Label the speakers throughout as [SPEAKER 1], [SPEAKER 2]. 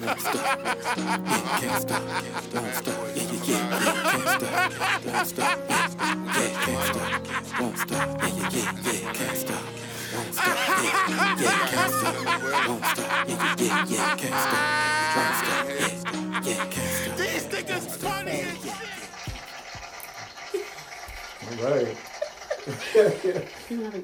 [SPEAKER 1] won't stop. Yeah, can't stop. Won't stop. Yeah, yeah, yeah. Can't stop. Won't stop. Yeah, can't stop. Won't stop. Yeah, yeah, yeah. Yeah, can't stop. Won't stop. Yeah, yeah, can't stop. Won't stop. Yeah, yeah, yeah. Yeah, can't stop. Won't stop. Yeah, yeah, can't stop.
[SPEAKER 2] These niggas funny as shit.
[SPEAKER 3] Right.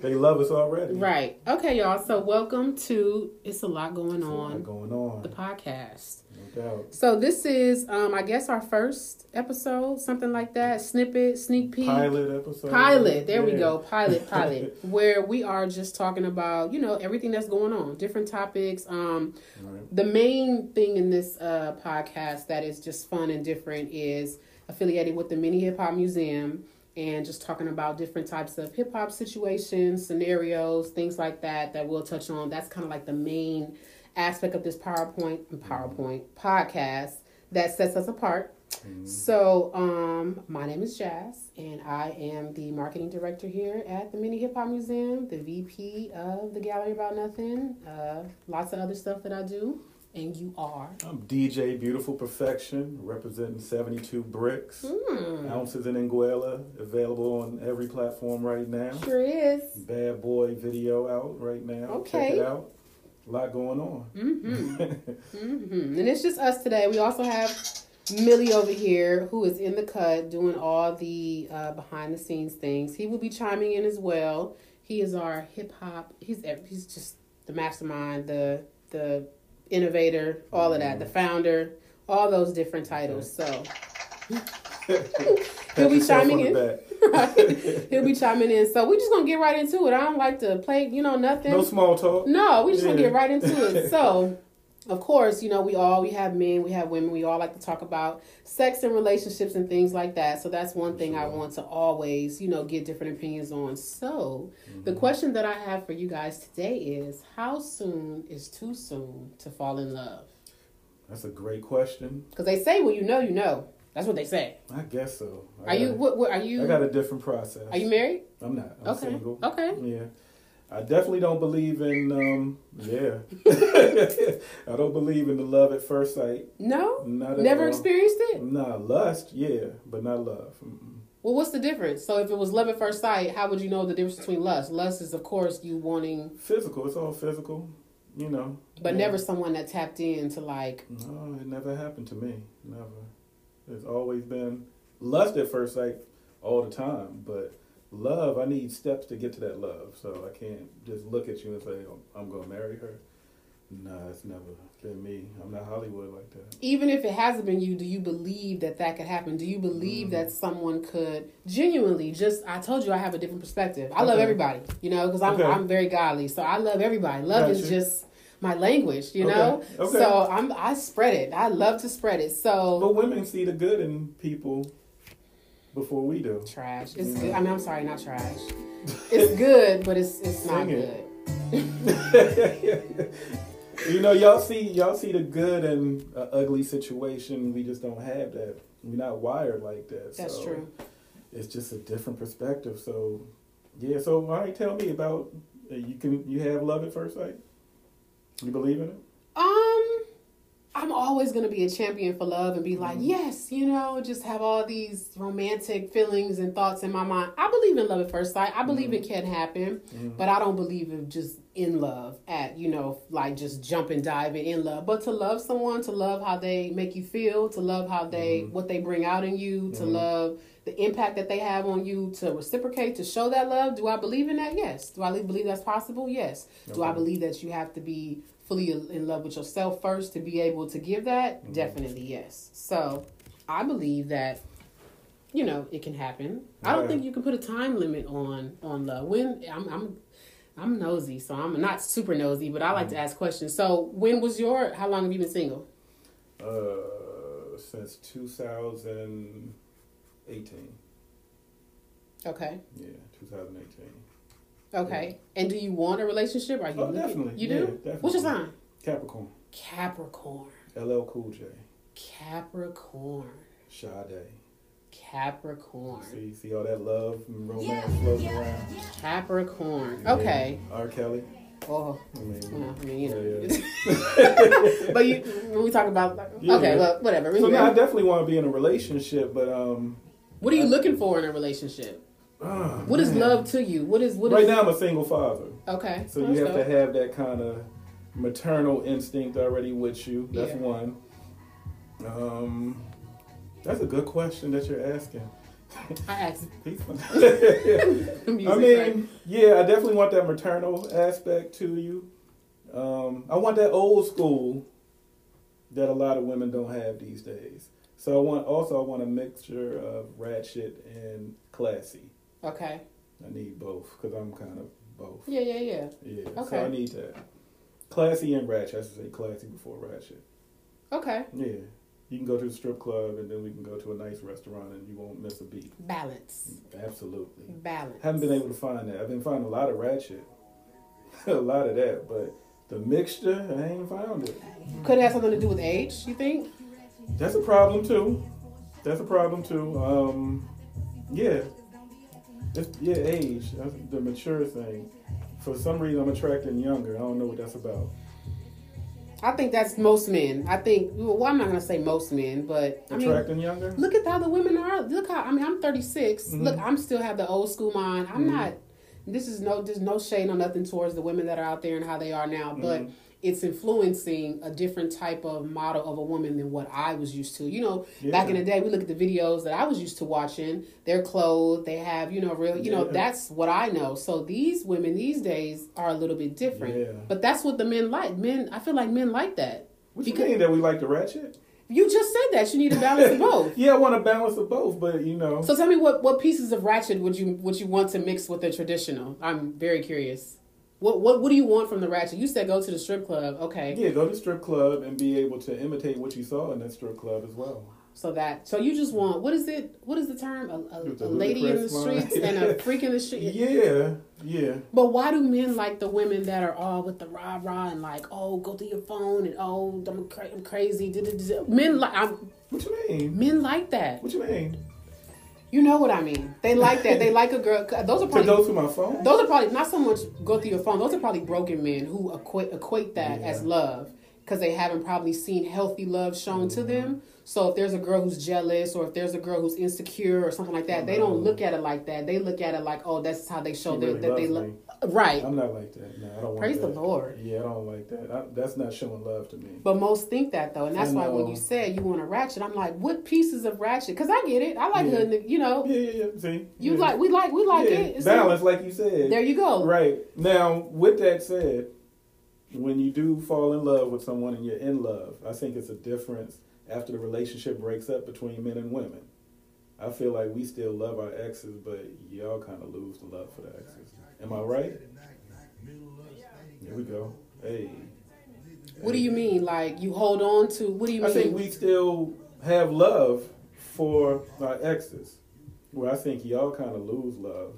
[SPEAKER 3] they love us already.
[SPEAKER 4] Right. Okay, y'all. So welcome to It's a Lot Going
[SPEAKER 3] What's
[SPEAKER 4] On,
[SPEAKER 3] going
[SPEAKER 4] the
[SPEAKER 3] on?
[SPEAKER 4] podcast.
[SPEAKER 3] No doubt.
[SPEAKER 4] So this is um I guess our first episode, something like that. Snippet, sneak peek.
[SPEAKER 3] Pilot episode.
[SPEAKER 4] Pilot, there we
[SPEAKER 3] Yeah.
[SPEAKER 4] go. Pilot, pilot. where we are just talking about, you know, everything that's going on, different topics. Um
[SPEAKER 3] Right.
[SPEAKER 4] the main thing in this uh podcast that is just fun and different is affiliated with the Mini Hip Hop Museum and just talking about different types of hip hop situations, scenarios, things like that that we'll touch on. That's kind of like the main aspect of this PowerPoint PowerPoint podcast that sets us apart. So, um, my name is Jazz, and I am the marketing director here at the Mini Hip Hop Museum, the VP of the Gallery About Nothing, uh, lots of other stuff that I do, and you are.
[SPEAKER 3] I'm DJ Beautiful Perfection, representing 72 Bricks,
[SPEAKER 4] Hmm.
[SPEAKER 3] Ounces in Anguilla, available on every platform right now.
[SPEAKER 4] Sure is.
[SPEAKER 3] Bad Boy video out right now. Check
[SPEAKER 4] Okay. Hmm.
[SPEAKER 3] it out. A lot going on.
[SPEAKER 4] Mm-hmm. Mhm. And it's just us today. We also have Millie over here, who is in the cut doing all the uh, behind the scenes things. He will be chiming in as well. He is our hip hop. He's ev- he's just the mastermind, the the innovator, all of that, the founder, all those different titles. So
[SPEAKER 3] Pat
[SPEAKER 4] be
[SPEAKER 3] yourself
[SPEAKER 4] chiming
[SPEAKER 3] on the
[SPEAKER 4] in.
[SPEAKER 3] back.
[SPEAKER 4] he'll be chiming in. So we just gonna get right into it. I don't like to play, you know, nothing.
[SPEAKER 3] No small talk.
[SPEAKER 4] No, we just gonna
[SPEAKER 3] Yeah.
[SPEAKER 4] get right into it. So, of course, you know, we all we have men, we have women, we all like to talk about sex and relationships and things like that. So that's one thing I want to always, you know, get different opinions on. So the
[SPEAKER 3] Mm-hmm.
[SPEAKER 4] question that I have for you guys today is how soon is too soon to fall in love?
[SPEAKER 3] That's a great question.
[SPEAKER 4] Because they say when you know, you know. That's what they say.
[SPEAKER 3] I guess so. I
[SPEAKER 4] Are you
[SPEAKER 3] got-
[SPEAKER 4] what, what are
[SPEAKER 3] I got
[SPEAKER 4] you
[SPEAKER 3] a different process.
[SPEAKER 4] are you married?
[SPEAKER 3] I'm not. I'm
[SPEAKER 4] Okay.
[SPEAKER 3] single.
[SPEAKER 4] Okay.
[SPEAKER 3] Yeah. I definitely don't believe in um yeah. I don't believe in the love at first sight.
[SPEAKER 4] No?
[SPEAKER 3] Mm-hmm. Not at
[SPEAKER 4] Never
[SPEAKER 3] all.
[SPEAKER 4] experienced it?
[SPEAKER 3] Nah, lust, yeah, but not love. Mm-mm.
[SPEAKER 4] Well, what's the difference? So, if it was love at first sight, how would you know the difference between lust? Lust is, of course, you wanting,
[SPEAKER 3] Physical, it's all physical, you know.
[SPEAKER 4] but
[SPEAKER 3] Yeah.
[SPEAKER 4] never someone that tapped in to like.
[SPEAKER 3] No, it never happened to me. Never. It's always been lust at first sight all the time, but love, I need steps to get to that love. So I can't just look at you and say, "Oh, I'm going to marry her. Nah, it's never been me. I'm not Hollywood like that.
[SPEAKER 4] Even if it hasn't been you, do you believe that that could happen? Do you
[SPEAKER 3] Mm.
[SPEAKER 4] believe that someone could genuinely just? I told you I have a different perspective. I love
[SPEAKER 3] Okay.
[SPEAKER 4] everybody, you know, because I'm
[SPEAKER 3] Okay.
[SPEAKER 4] I'm very godly, so I love everybody. Love is
[SPEAKER 3] Gotcha.
[SPEAKER 4] just my language, you know.
[SPEAKER 3] Okay. Okay. Oh.
[SPEAKER 4] So I'm I spread it. I love to spread it. So
[SPEAKER 3] But women see the good in people before we do.
[SPEAKER 4] trash. It's
[SPEAKER 3] Mm.
[SPEAKER 4] good. I mean, I'm sorry, not trash. It's good, but it's it's not
[SPEAKER 3] Sing it.
[SPEAKER 4] good.
[SPEAKER 3] you know, y'all see y'all see the good in an ugly situation. We just don't have that. We're not wired like that.
[SPEAKER 4] That's
[SPEAKER 3] so.
[SPEAKER 4] true.
[SPEAKER 3] it's just a different perspective. So, yeah. So, all right, tell me about uh, you can you have love at first sight. You believe in it?
[SPEAKER 4] Um, I'm always gonna be a champion for love and be like, yes, you know, just have all these romantic feelings and thoughts in my mind. I believe in love at first sight. I believe it can happen, but I don't believe in just in love at you know like just jump and dive in, in love. But to love someone, to love how they make you feel, to love how they what they bring out in you, to love the impact that they have on you, to reciprocate, to show that love. Do I believe in that? Yes. Do I le- believe that's possible? Yes. Do I
[SPEAKER 3] Okay.
[SPEAKER 4] believe that you have to be fully in love with yourself first to be able to give that?
[SPEAKER 3] Mm-hmm.
[SPEAKER 4] Definitely yes. So I believe that you know it can happen. I don't
[SPEAKER 3] Right.
[SPEAKER 4] think you can put a time limit on on love. When I'm I'm I'm nosy, so I'm not super nosy, but I like
[SPEAKER 3] Mm-hmm.
[SPEAKER 4] to ask questions. So when was your? How long have you been single?
[SPEAKER 3] Uh, since 2018.
[SPEAKER 4] Okay.
[SPEAKER 3] Yeah, 2018.
[SPEAKER 4] Okay. And do you want a relationship? Are you
[SPEAKER 3] Oh,
[SPEAKER 4] looking?
[SPEAKER 3] definitely.
[SPEAKER 4] You
[SPEAKER 3] Yeah,
[SPEAKER 4] do.
[SPEAKER 3] definitely.
[SPEAKER 4] What's your sign?
[SPEAKER 3] Capricorn.
[SPEAKER 4] Capricorn.
[SPEAKER 3] LL Cool J.
[SPEAKER 4] Capricorn.
[SPEAKER 3] Sade.
[SPEAKER 4] Capricorn.
[SPEAKER 3] See, see all that love and romance floating around.
[SPEAKER 4] Capricorn. Okay.
[SPEAKER 3] R. Kelly.
[SPEAKER 4] Oh,
[SPEAKER 3] I mean,
[SPEAKER 4] well, I mean, you know.
[SPEAKER 3] yeah.
[SPEAKER 4] but you, when we talk about, like,
[SPEAKER 3] Yeah.
[SPEAKER 4] okay, well, whatever.
[SPEAKER 3] So
[SPEAKER 4] Anyway,
[SPEAKER 3] now I definitely want to be in a relationship, but um,
[SPEAKER 4] what are you looking for in a relationship?
[SPEAKER 3] ah,
[SPEAKER 4] What is
[SPEAKER 3] man.
[SPEAKER 4] love to you? What is what is
[SPEAKER 3] Right now, I'm a single father,
[SPEAKER 4] Okay.
[SPEAKER 3] so you have to have that kind of maternal instinct already with you. That's
[SPEAKER 4] Yeah.
[SPEAKER 3] one. Um, that's a good question that you're asking.
[SPEAKER 4] I asked the music.
[SPEAKER 3] I
[SPEAKER 4] right?
[SPEAKER 3] mean, yeah, I definitely want that maternal aspect to you. Um, I want that old school that a lot of women don't have these days. So I want also I want a mixture of ratchet and classy.
[SPEAKER 4] okay.
[SPEAKER 3] I need both because I'm kind of both.
[SPEAKER 4] Yeah, yeah, yeah.
[SPEAKER 3] Yeah, so I
[SPEAKER 4] Okay.
[SPEAKER 3] need that classy and ratchet. I should say classy before ratchet.
[SPEAKER 4] Okay.
[SPEAKER 3] Yeah, you can go to the strip club and then we can go to a nice restaurant and you won't miss a beat.
[SPEAKER 4] Balance.
[SPEAKER 3] Absolutely.
[SPEAKER 4] Balance.
[SPEAKER 3] Haven't been able to find that. I've been finding a lot of ratchet, a lot of that, but the mixture, I ain't found it.
[SPEAKER 4] Could it have something to do with age, you think?
[SPEAKER 3] That's a problem too. That's a problem too. Um, yeah, it's, yeah, age. That's the mature thing. For some reason, I'm attracting younger. I don't know what that's about.
[SPEAKER 4] I think that's most men. I think well, I'm not gonna say most men, but I mean
[SPEAKER 3] Attracting younger.
[SPEAKER 4] look at how the women are. Look how I mean I'm 36.
[SPEAKER 3] Mm-hmm.
[SPEAKER 4] Look, I'm still have the old school mind. I'm not. This is no there's no shade or nothing towards the women that are out there and how they are now, but
[SPEAKER 3] Mm-hmm.
[SPEAKER 4] it's influencing a different type of model of a woman than what I was used to. You know, back in
[SPEAKER 3] Yeah.
[SPEAKER 4] the day, we look at the videos that I was used to watching. They're clothed. They have you know real. You know
[SPEAKER 3] Yeah.
[SPEAKER 4] that's what I know. So these women these days are a little bit different.
[SPEAKER 3] Yeah.
[SPEAKER 4] But that's what the men like. Men, I feel like men like that.
[SPEAKER 3] What you
[SPEAKER 4] because-
[SPEAKER 3] mean that we like the ratchet?
[SPEAKER 4] You just said that you need a balance of both.
[SPEAKER 3] Yeah, I want a balance of both, but you know,
[SPEAKER 4] So tell me what, what pieces of ratchet would you would you want to mix with the traditional? I'm very curious. What what what do you want from the ratchet? You said go to the strip club. Okay.
[SPEAKER 3] yeah, go to strip club and be able to imitate what you saw in that strip club as well.
[SPEAKER 4] So that so you just want what is it? What is the term? A, a,
[SPEAKER 3] With the
[SPEAKER 4] a lady in the
[SPEAKER 3] ludicrous line.
[SPEAKER 4] streets and a freak in the street.
[SPEAKER 3] Yeah, yeah.
[SPEAKER 4] But why do men like the women that are all with the rah rah and like oh go through your phone and oh I'm, cra- I'm crazy. da, da, da, da. Men like I'm,
[SPEAKER 3] What you mean?
[SPEAKER 4] men like that.
[SPEAKER 3] What you mean?
[SPEAKER 4] You know what I mean? They like that. They like a girl. Those are
[SPEAKER 3] To
[SPEAKER 4] probably
[SPEAKER 3] go through my phone?
[SPEAKER 4] Those are probably not so much go through your phone. Those are probably broken men who equate equate that as love because they haven't probably seen healthy love shown
[SPEAKER 3] Mm-hmm.
[SPEAKER 4] to them. So if there's a girl who's jealous or if there's a girl who's insecure or something like that, they don't look at it like that. They look at it like, oh, that's how they show
[SPEAKER 3] Mm-hmm. She
[SPEAKER 4] their,
[SPEAKER 3] really
[SPEAKER 4] that they
[SPEAKER 3] loves
[SPEAKER 4] love. Right.
[SPEAKER 3] I'm not like that. No, I don't want
[SPEAKER 4] Praise the
[SPEAKER 3] that.
[SPEAKER 4] Lord.
[SPEAKER 3] Yeah, I don't like that. I, that's not showing love to me.
[SPEAKER 4] But most think that though, and that's
[SPEAKER 3] I
[SPEAKER 4] why when
[SPEAKER 3] know.
[SPEAKER 4] you said you want a ratchet, I'm like, what pieces of ratchet? Because I get it. I like
[SPEAKER 3] Yeah.
[SPEAKER 4] hood, nigga, you know.
[SPEAKER 3] Yeah, yeah, yeah. See?
[SPEAKER 4] Oh. You
[SPEAKER 3] Yeah.
[SPEAKER 4] like we like we like
[SPEAKER 3] Yeah,
[SPEAKER 4] it. It's
[SPEAKER 3] Balance, like you said.
[SPEAKER 4] there you go.
[SPEAKER 3] Right. Now, with that said, when you do fall in love with someone and you're in love, I think it's a difference after the relationship breaks up between men and women. I feel like we still love our exes, but y'all kind of lose the love for the exes. Am I right? There we go. Hey.
[SPEAKER 4] What do you mean? Like you hold on to? What do you
[SPEAKER 3] I
[SPEAKER 4] mean?
[SPEAKER 3] think we still have love for our exes, where I think y'all kind of lose love.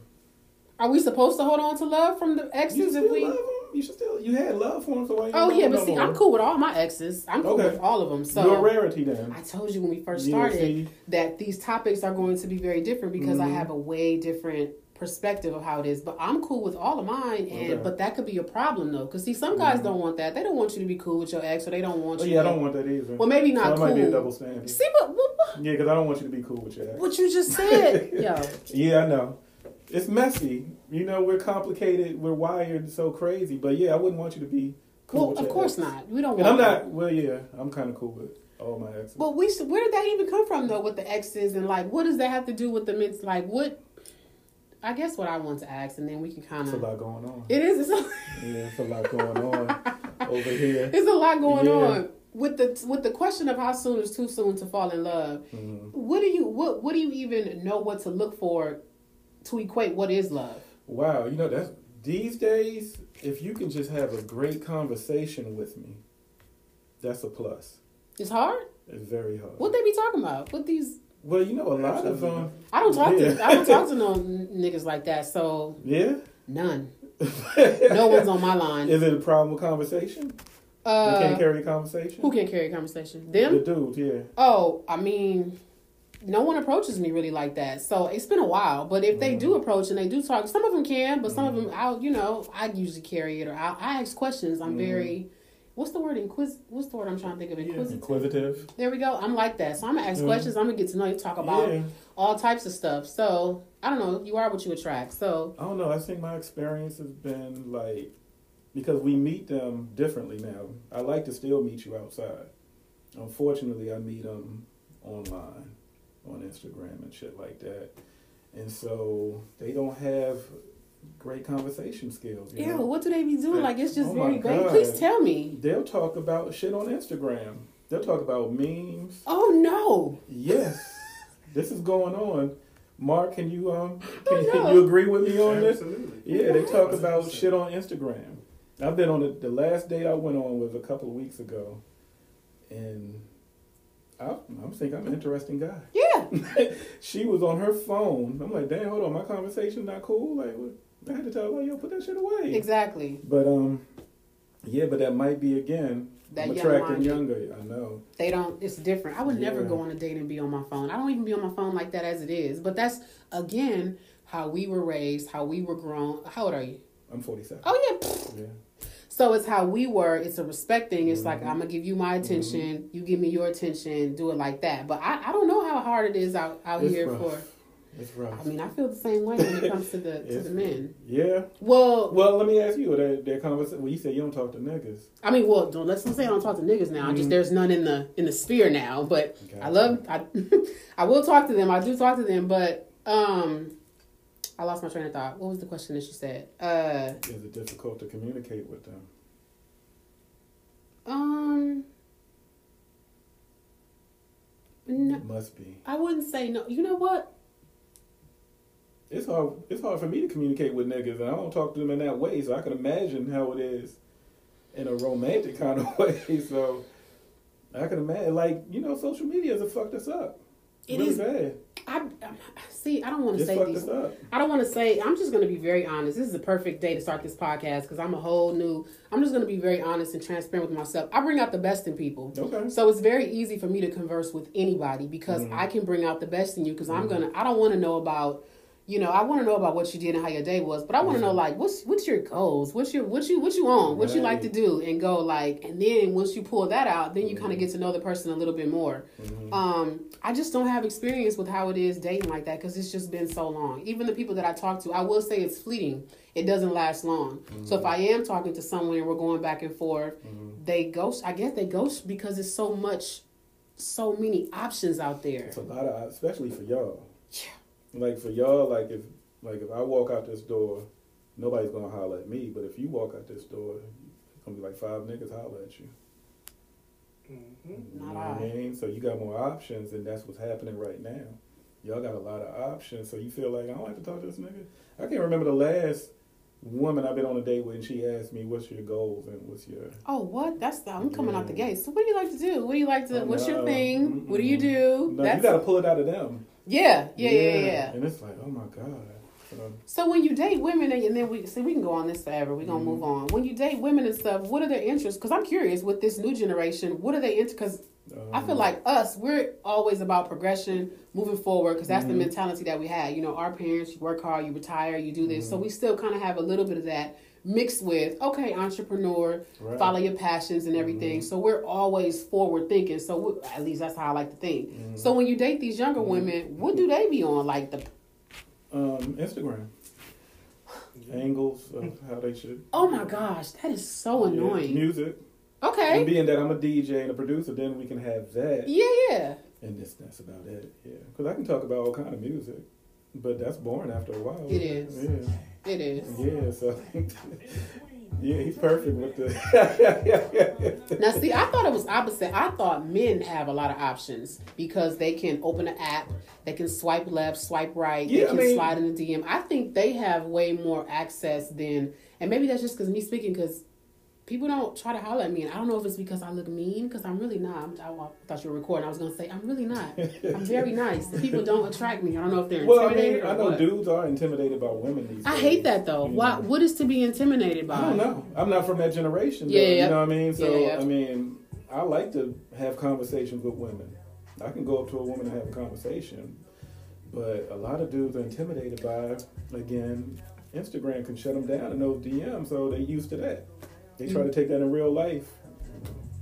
[SPEAKER 4] Are we supposed to hold on to love from the
[SPEAKER 3] You
[SPEAKER 4] exes
[SPEAKER 3] still
[SPEAKER 4] if we?
[SPEAKER 3] love 'em. You should still. You had love for them, so why you
[SPEAKER 4] Oh
[SPEAKER 3] don't
[SPEAKER 4] yeah,
[SPEAKER 3] love
[SPEAKER 4] but
[SPEAKER 3] 'em
[SPEAKER 4] see,
[SPEAKER 3] no
[SPEAKER 4] I'm
[SPEAKER 3] more?
[SPEAKER 4] cool with all my exes. I'm cool
[SPEAKER 3] Okay.
[SPEAKER 4] with all of them.
[SPEAKER 3] You're a
[SPEAKER 4] So
[SPEAKER 3] rarity then.
[SPEAKER 4] I told you when we first
[SPEAKER 3] Yeah,
[SPEAKER 4] started
[SPEAKER 3] see. Mm-hmm.
[SPEAKER 4] that these topics are going to be very different because I have a way different perspective of how it is. But I'm cool with all of mine, and
[SPEAKER 3] Okay. Mm-hmm.
[SPEAKER 4] but that could be a problem though, because see, some guys don't want that. They don't want you to be cool with your ex, or they don't want
[SPEAKER 3] Oh,
[SPEAKER 4] you.
[SPEAKER 3] yeah, I
[SPEAKER 4] to-
[SPEAKER 3] don't want that either.
[SPEAKER 4] Well, maybe
[SPEAKER 3] so
[SPEAKER 4] not
[SPEAKER 3] that might be a
[SPEAKER 4] cool.
[SPEAKER 3] double standard.
[SPEAKER 4] See what, what what-
[SPEAKER 3] Yeah, because I don't want you to be cool with your ex.
[SPEAKER 4] what you just said, yo.
[SPEAKER 3] Yeah, I know. It's messy. You know, we're complicated. We're wired so crazy. But yeah, I wouldn't want you to be cool
[SPEAKER 4] Well,
[SPEAKER 3] with
[SPEAKER 4] of
[SPEAKER 3] your
[SPEAKER 4] course
[SPEAKER 3] ex.
[SPEAKER 4] not. We don't.
[SPEAKER 3] And I'm
[SPEAKER 4] want that.
[SPEAKER 3] not. Well, yeah, I'm kind of cool with all my exes.
[SPEAKER 4] But we should, where did that even come from though with the exes and like what does that have to do with the men's like what I guess what I want to ask and then we can kind
[SPEAKER 3] it's a
[SPEAKER 4] of
[SPEAKER 3] lot going on.
[SPEAKER 4] it is it's a,
[SPEAKER 3] Yeah, it's a lot going on over here.
[SPEAKER 4] it's a lot going
[SPEAKER 3] Yeah.
[SPEAKER 4] on with the with the question of how soon is too soon to fall in love
[SPEAKER 3] Mhm.
[SPEAKER 4] what do you what what do you even know what to look for to equate what is love
[SPEAKER 3] Wow, you know that's these days. If you can just have a great conversation with me, that's a plus.
[SPEAKER 4] it's hard
[SPEAKER 3] It's very hard.
[SPEAKER 4] what they be talking about what these
[SPEAKER 3] Well, you know, a lot of um, them.
[SPEAKER 4] I don't talk to
[SPEAKER 3] Yeah.
[SPEAKER 4] I don't talk to no n- niggas like that so
[SPEAKER 3] Yeah.
[SPEAKER 4] none no one's on my line
[SPEAKER 3] Is it a problem with conversation? they
[SPEAKER 4] uh,
[SPEAKER 3] can't carry a conversation.
[SPEAKER 4] who can carry a conversation them
[SPEAKER 3] The dudes, yeah.
[SPEAKER 4] Oh, I mean, no one approaches me really like that. So it's been a while. But if they
[SPEAKER 3] Mm.
[SPEAKER 4] do approach and they do talk, some of them can, but some of them, I'll, you know, I usually carry it or I'll, I ask questions.
[SPEAKER 3] Mm.
[SPEAKER 4] I'm very, what's the word? Inquis- what's the word I'm trying to think of? Inquisitive.
[SPEAKER 3] Inquisitive.
[SPEAKER 4] There we go. I'm like that. So I'm going to ask questions. I'm going to get to know you, talk about
[SPEAKER 3] Mm. Yeah.
[SPEAKER 4] all types of stuff. So I don't know. You are what you attract. So,
[SPEAKER 3] I don't know. I think my experience has been like because we meet them differently now. I like to still meet you outside. Unfortunately, I meet them online, on Instagram and shit like that, and so they don't have great conversation skills. You
[SPEAKER 4] ew,
[SPEAKER 3] know?
[SPEAKER 4] what do they be doing? Like, it's just
[SPEAKER 3] Oh my
[SPEAKER 4] very vague.
[SPEAKER 3] God.
[SPEAKER 4] Please tell me.
[SPEAKER 3] They'll talk about shit on Instagram. They'll talk about memes.
[SPEAKER 4] Oh, no.
[SPEAKER 3] Yes, this is going on. Mark, can you um
[SPEAKER 4] Oh,
[SPEAKER 3] can, can
[SPEAKER 4] no.
[SPEAKER 3] you agree with me on this?
[SPEAKER 5] Absolutely.
[SPEAKER 3] Yeah, they talk about
[SPEAKER 5] 100%.
[SPEAKER 3] shit on Instagram. I've been on the, the last date I went on was a couple of weeks ago, and I, I'm think I'm an interesting guy.
[SPEAKER 4] Yeah.
[SPEAKER 3] She was on her phone. I'm like, damn, hold on, my conversation's not cool. Like, what? I had to tell her, like, yo, put that shit away.
[SPEAKER 4] Exactly.
[SPEAKER 3] But um, yeah, but that might be again
[SPEAKER 4] That
[SPEAKER 3] I'm
[SPEAKER 4] young
[SPEAKER 3] attracting
[SPEAKER 4] minded.
[SPEAKER 3] younger. I know.
[SPEAKER 4] They don't, it's different. I would never
[SPEAKER 3] Yeah.
[SPEAKER 4] go on a date and be on my phone. I don't even be on my phone like that as it is. But that's, again, how we were raised, how we were grown. How old are you?
[SPEAKER 3] I'm 47.
[SPEAKER 4] Oh, yeah. pfft.
[SPEAKER 3] Yeah.
[SPEAKER 4] So it's how we were. It's a respecting. It's like
[SPEAKER 3] Mm-hmm.
[SPEAKER 4] I'm gonna give you my attention. You give me your attention. Do it like that. But I, I don't know how hard it is out out
[SPEAKER 3] It's
[SPEAKER 4] here
[SPEAKER 3] rough.
[SPEAKER 4] for.
[SPEAKER 3] It's rough.
[SPEAKER 4] I mean, I feel the same way when it comes to the to
[SPEAKER 3] It's-
[SPEAKER 4] the men.
[SPEAKER 3] yeah.
[SPEAKER 4] Well,
[SPEAKER 3] Well, let me ask you that that conversation. Well, you said you don't talk to niggas.
[SPEAKER 4] I mean, well, don't let's not say I don't talk to niggas now. I
[SPEAKER 3] Mm-hmm.
[SPEAKER 4] just there's none in the in the sphere now. But I
[SPEAKER 3] Gotcha.
[SPEAKER 4] love I I will talk to them. I do talk to them, but um, I lost my train of thought. What was the question that you said? Uh,
[SPEAKER 3] Is it difficult to communicate with them?
[SPEAKER 4] um, no.
[SPEAKER 3] It must be.
[SPEAKER 4] I wouldn't say no. You know what?
[SPEAKER 3] It's hard. It's hard for me to communicate with niggas, and I don't talk to them in that way. So I can imagine how it is in a romantic kind of way. So I can imagine, like you know, social media has fucked us up.
[SPEAKER 4] It
[SPEAKER 3] really
[SPEAKER 4] is-
[SPEAKER 3] bad.
[SPEAKER 4] I see. I don't want to
[SPEAKER 3] It's
[SPEAKER 4] say
[SPEAKER 3] fucked
[SPEAKER 4] these.
[SPEAKER 3] us up.
[SPEAKER 4] I don't want to say. I'm just going to be very honest. This is the perfect day to start this podcast because I'm a whole new. I'm just going to be very honest and transparent with myself. I bring out the best in people.
[SPEAKER 3] Okay.
[SPEAKER 4] So it's very easy for me to converse with anybody because I can bring out the best in you because I'm gonna. I don't want to know about. You know, I want to know about what you did and how your day was, but I want to know like what's what's your goals, what's your what you what you on, what you like to
[SPEAKER 3] Right.
[SPEAKER 4] do, and go like, and then once you pull that out, then you kind of get to know the person a little bit more. Um, I just don't have experience with how it is dating like that because it's just been so long. Even the people that I talk to, I will say it's fleeting. It doesn't last long. So if I am talking to someone and we're going back and forth,
[SPEAKER 3] Mm-hmm.
[SPEAKER 4] they ghost. I guess they ghost because it's so much, so many options out there.
[SPEAKER 3] It's a lot of, especially for y'all.
[SPEAKER 4] Yeah.
[SPEAKER 3] Like for y'all, like if like if I walk out this door, nobody's gonna holler at me. But if you walk out this door, it's gonna be like five niggas holler at you.
[SPEAKER 5] Mm-hmm.
[SPEAKER 3] You
[SPEAKER 4] Not
[SPEAKER 3] know what I
[SPEAKER 4] I.
[SPEAKER 3] mean? So you got more options, and that's what's happening right now. Y'all got a lot of options, so you feel like I don't have to talk to this nigga. I can't remember the last woman I've been on a date with, and she asked me, "What's your goals and what's your?"
[SPEAKER 4] Oh, what? That's the, I'm coming out the
[SPEAKER 3] Yeah.
[SPEAKER 4] gate. So what do you like to do? What do you like to?
[SPEAKER 3] Oh,
[SPEAKER 4] what's your
[SPEAKER 3] no.
[SPEAKER 4] thing? What do you
[SPEAKER 3] Mm-mm.
[SPEAKER 4] do?
[SPEAKER 3] No, you got to pull it out of them.
[SPEAKER 4] yeah, yeah, yeah, yeah, yeah.
[SPEAKER 3] And it's like, oh my god. So,
[SPEAKER 4] So when you date women and, and then we see we can go on this forever. We're
[SPEAKER 3] Mm-hmm.
[SPEAKER 4] gonna move on. When you date women and stuff, what are their interests? Because I'm curious with this new generation, what are they into? Because I feel
[SPEAKER 3] um,
[SPEAKER 4] like us, we're always about progression, moving forward. Because that's
[SPEAKER 3] Mm-hmm.
[SPEAKER 4] the mentality that we had. You know, our parents, you work hard, you retire, you do this. So
[SPEAKER 3] Mm-hmm.
[SPEAKER 4] we still kind of have a little bit of that mixed with okay, entrepreneur,
[SPEAKER 3] um, Right. Mm-hmm.
[SPEAKER 4] follow your passions and everything. So we're always forward thinking. So we, at least that's how I like to
[SPEAKER 3] Mm-hmm.
[SPEAKER 4] think. So when you date these younger women, what do they be on? Like the
[SPEAKER 3] um, Instagram angles of how they should.
[SPEAKER 4] Oh my gosh, that is so Oh,
[SPEAKER 3] Yeah,
[SPEAKER 4] annoying.
[SPEAKER 3] music. And
[SPEAKER 4] Okay.
[SPEAKER 3] being that I'm a DJ and a producer, then we can have that.
[SPEAKER 4] Yeah, yeah.
[SPEAKER 3] And this, that's about it. Yeah, because I can talk about all kind of music, but that's boring after a while.
[SPEAKER 4] It is.
[SPEAKER 3] Yeah.
[SPEAKER 4] It is.
[SPEAKER 3] Yeah, so yeah, he's perfect with the.
[SPEAKER 4] Now see, I thought it was opposite. I thought men have a lot of options because they can open an app, they can swipe left, swipe right, they
[SPEAKER 3] Yeah, I
[SPEAKER 4] can
[SPEAKER 3] mean-
[SPEAKER 4] slide in the DM. I think they have way more access than and maybe that's just cuz me speaking cuz people don't try to holler at me and I don't know if it's because I look mean cuz I'm really not. I'm, I thought you were recording. I was going to say I'm really not. I'm very nice. People don't attract me. I don't know if they're
[SPEAKER 3] well, I
[SPEAKER 4] intimidated
[SPEAKER 3] mean, I
[SPEAKER 4] or
[SPEAKER 3] know
[SPEAKER 4] what.
[SPEAKER 3] dudes are intimidated by women these days.
[SPEAKER 4] I hate that though.
[SPEAKER 3] you
[SPEAKER 4] Why?
[SPEAKER 3] know.
[SPEAKER 4] What is to be intimidated by?
[SPEAKER 3] I don't know. I'm not from that generation. Though,
[SPEAKER 4] Yeah, yeah.
[SPEAKER 3] You know what I mean? So
[SPEAKER 4] Yeah, yeah.
[SPEAKER 3] I mean, I like to have conversations with women. I can go up to a woman and have a conversation, but a lot of dudes are intimidated by, again, Instagram can shut them down in those DMs, so they used to that. They try
[SPEAKER 4] Mm.
[SPEAKER 3] to take that in real life.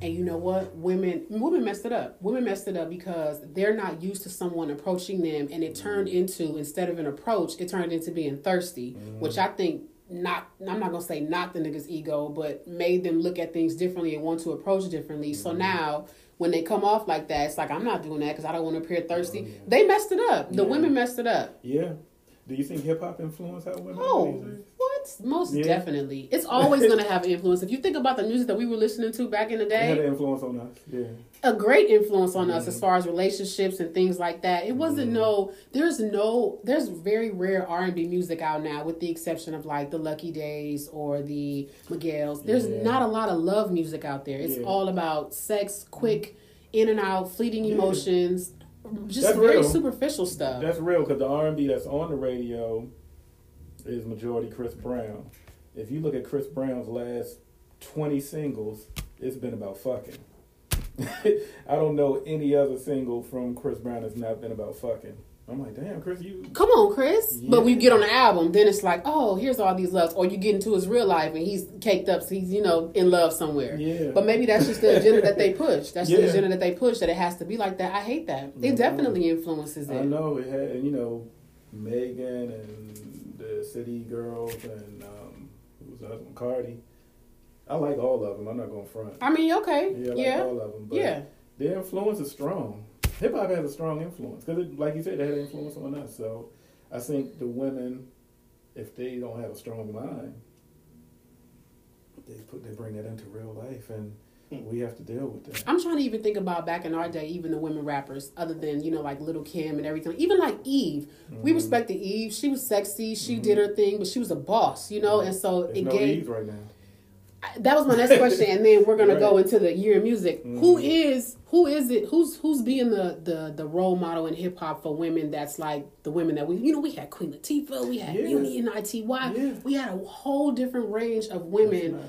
[SPEAKER 4] And you know what? Women women messed it up. Women messed it up because they're not used to someone approaching them and it
[SPEAKER 3] Mm.
[SPEAKER 4] turned into instead of an approach, it turned into being thirsty,
[SPEAKER 3] Mm.
[SPEAKER 4] which I think not I'm not gonna say not the nigga's ego, but made them look at things differently and want to approach differently. So
[SPEAKER 3] Mm-hmm.
[SPEAKER 4] now when they come off like that, it's like I'm not doing that because I don't want to appear thirsty. They messed it up. The
[SPEAKER 3] Mm-hmm. Yeah.
[SPEAKER 4] women messed it up.
[SPEAKER 3] Yeah. Do you think hip hop influenced how women? are
[SPEAKER 4] Oh,
[SPEAKER 3] these days?
[SPEAKER 4] what? Most
[SPEAKER 3] Yeah.
[SPEAKER 4] definitely. It's always going to have an influence. If you think about the music that we were listening to back in the
[SPEAKER 3] It had
[SPEAKER 4] day,
[SPEAKER 3] an influence on us. Yeah.
[SPEAKER 4] a great influence on us
[SPEAKER 3] Mm-hmm.
[SPEAKER 4] as far as relationships and things like that. It wasn't no. There's no. There's very rare R and B music out now, with the exception of like the Lucky Days or the Miguel's. There's
[SPEAKER 3] Yeah.
[SPEAKER 4] not a lot of love music out there. It's
[SPEAKER 3] Yeah.
[SPEAKER 4] all about sex, quick, in and out, fleeting emotions, just
[SPEAKER 3] That's
[SPEAKER 4] very
[SPEAKER 3] real.
[SPEAKER 4] superficial stuff.
[SPEAKER 3] That's real because the R and B that's on the radio is majority Chris Brown. If you look at Chris Brown's last twenty singles, it's been about fucking. I don't know any other single from Chris Brown that's not been about fucking. I'm like, damn, Chris, you
[SPEAKER 4] come on, Chris. But we get on
[SPEAKER 3] Yeah.
[SPEAKER 4] the album, then it's like, oh, here's all these loves. Or you get into his real life and he's caked up, so he's, you know, in love somewhere.
[SPEAKER 3] Yeah.
[SPEAKER 4] But maybe that's just the agenda that they push. That's the
[SPEAKER 3] Yeah.
[SPEAKER 4] agenda that they push, that it has to be like that. I hate that. It
[SPEAKER 3] Mhm.
[SPEAKER 4] definitely influences it.
[SPEAKER 3] I know it had, and you know, Megan and the City Girls and um, who was the husband, Cardi. I like all of them. I'm not going to front.
[SPEAKER 4] I mean, okay.
[SPEAKER 3] Yeah,
[SPEAKER 4] Yeah.
[SPEAKER 3] I like
[SPEAKER 4] Yeah.
[SPEAKER 3] all of them. But Their influence is strong. Hip hop has a strong influence because, like you said, it had an influence on us. So I think the women, if they don't have a strong mind, they put they bring that into real life, and we have to deal with that.
[SPEAKER 4] I'm trying to even think about back in our day, even the women rappers, other than, you know, like Little Kim and everything. Even like Eve.
[SPEAKER 3] Mm-hmm.
[SPEAKER 4] We respected Eve. She was sexy. She did her thing, but she was a boss, you know? And so
[SPEAKER 3] Mm-hmm. There's
[SPEAKER 4] it
[SPEAKER 3] no
[SPEAKER 4] gave.
[SPEAKER 3] ease right now.
[SPEAKER 4] That was my next question, and then we're gonna go
[SPEAKER 3] Right. Mm-hmm.
[SPEAKER 4] into the year in music. Who is who is it? Who's who's being the the the role model in hip hop for women? That's like the women that we you know we had Queen Latifah, we had
[SPEAKER 3] Yeah.
[SPEAKER 4] Beauty and Ity,
[SPEAKER 3] Yeah.
[SPEAKER 4] we had a whole different range of
[SPEAKER 3] It's
[SPEAKER 4] women.
[SPEAKER 3] not-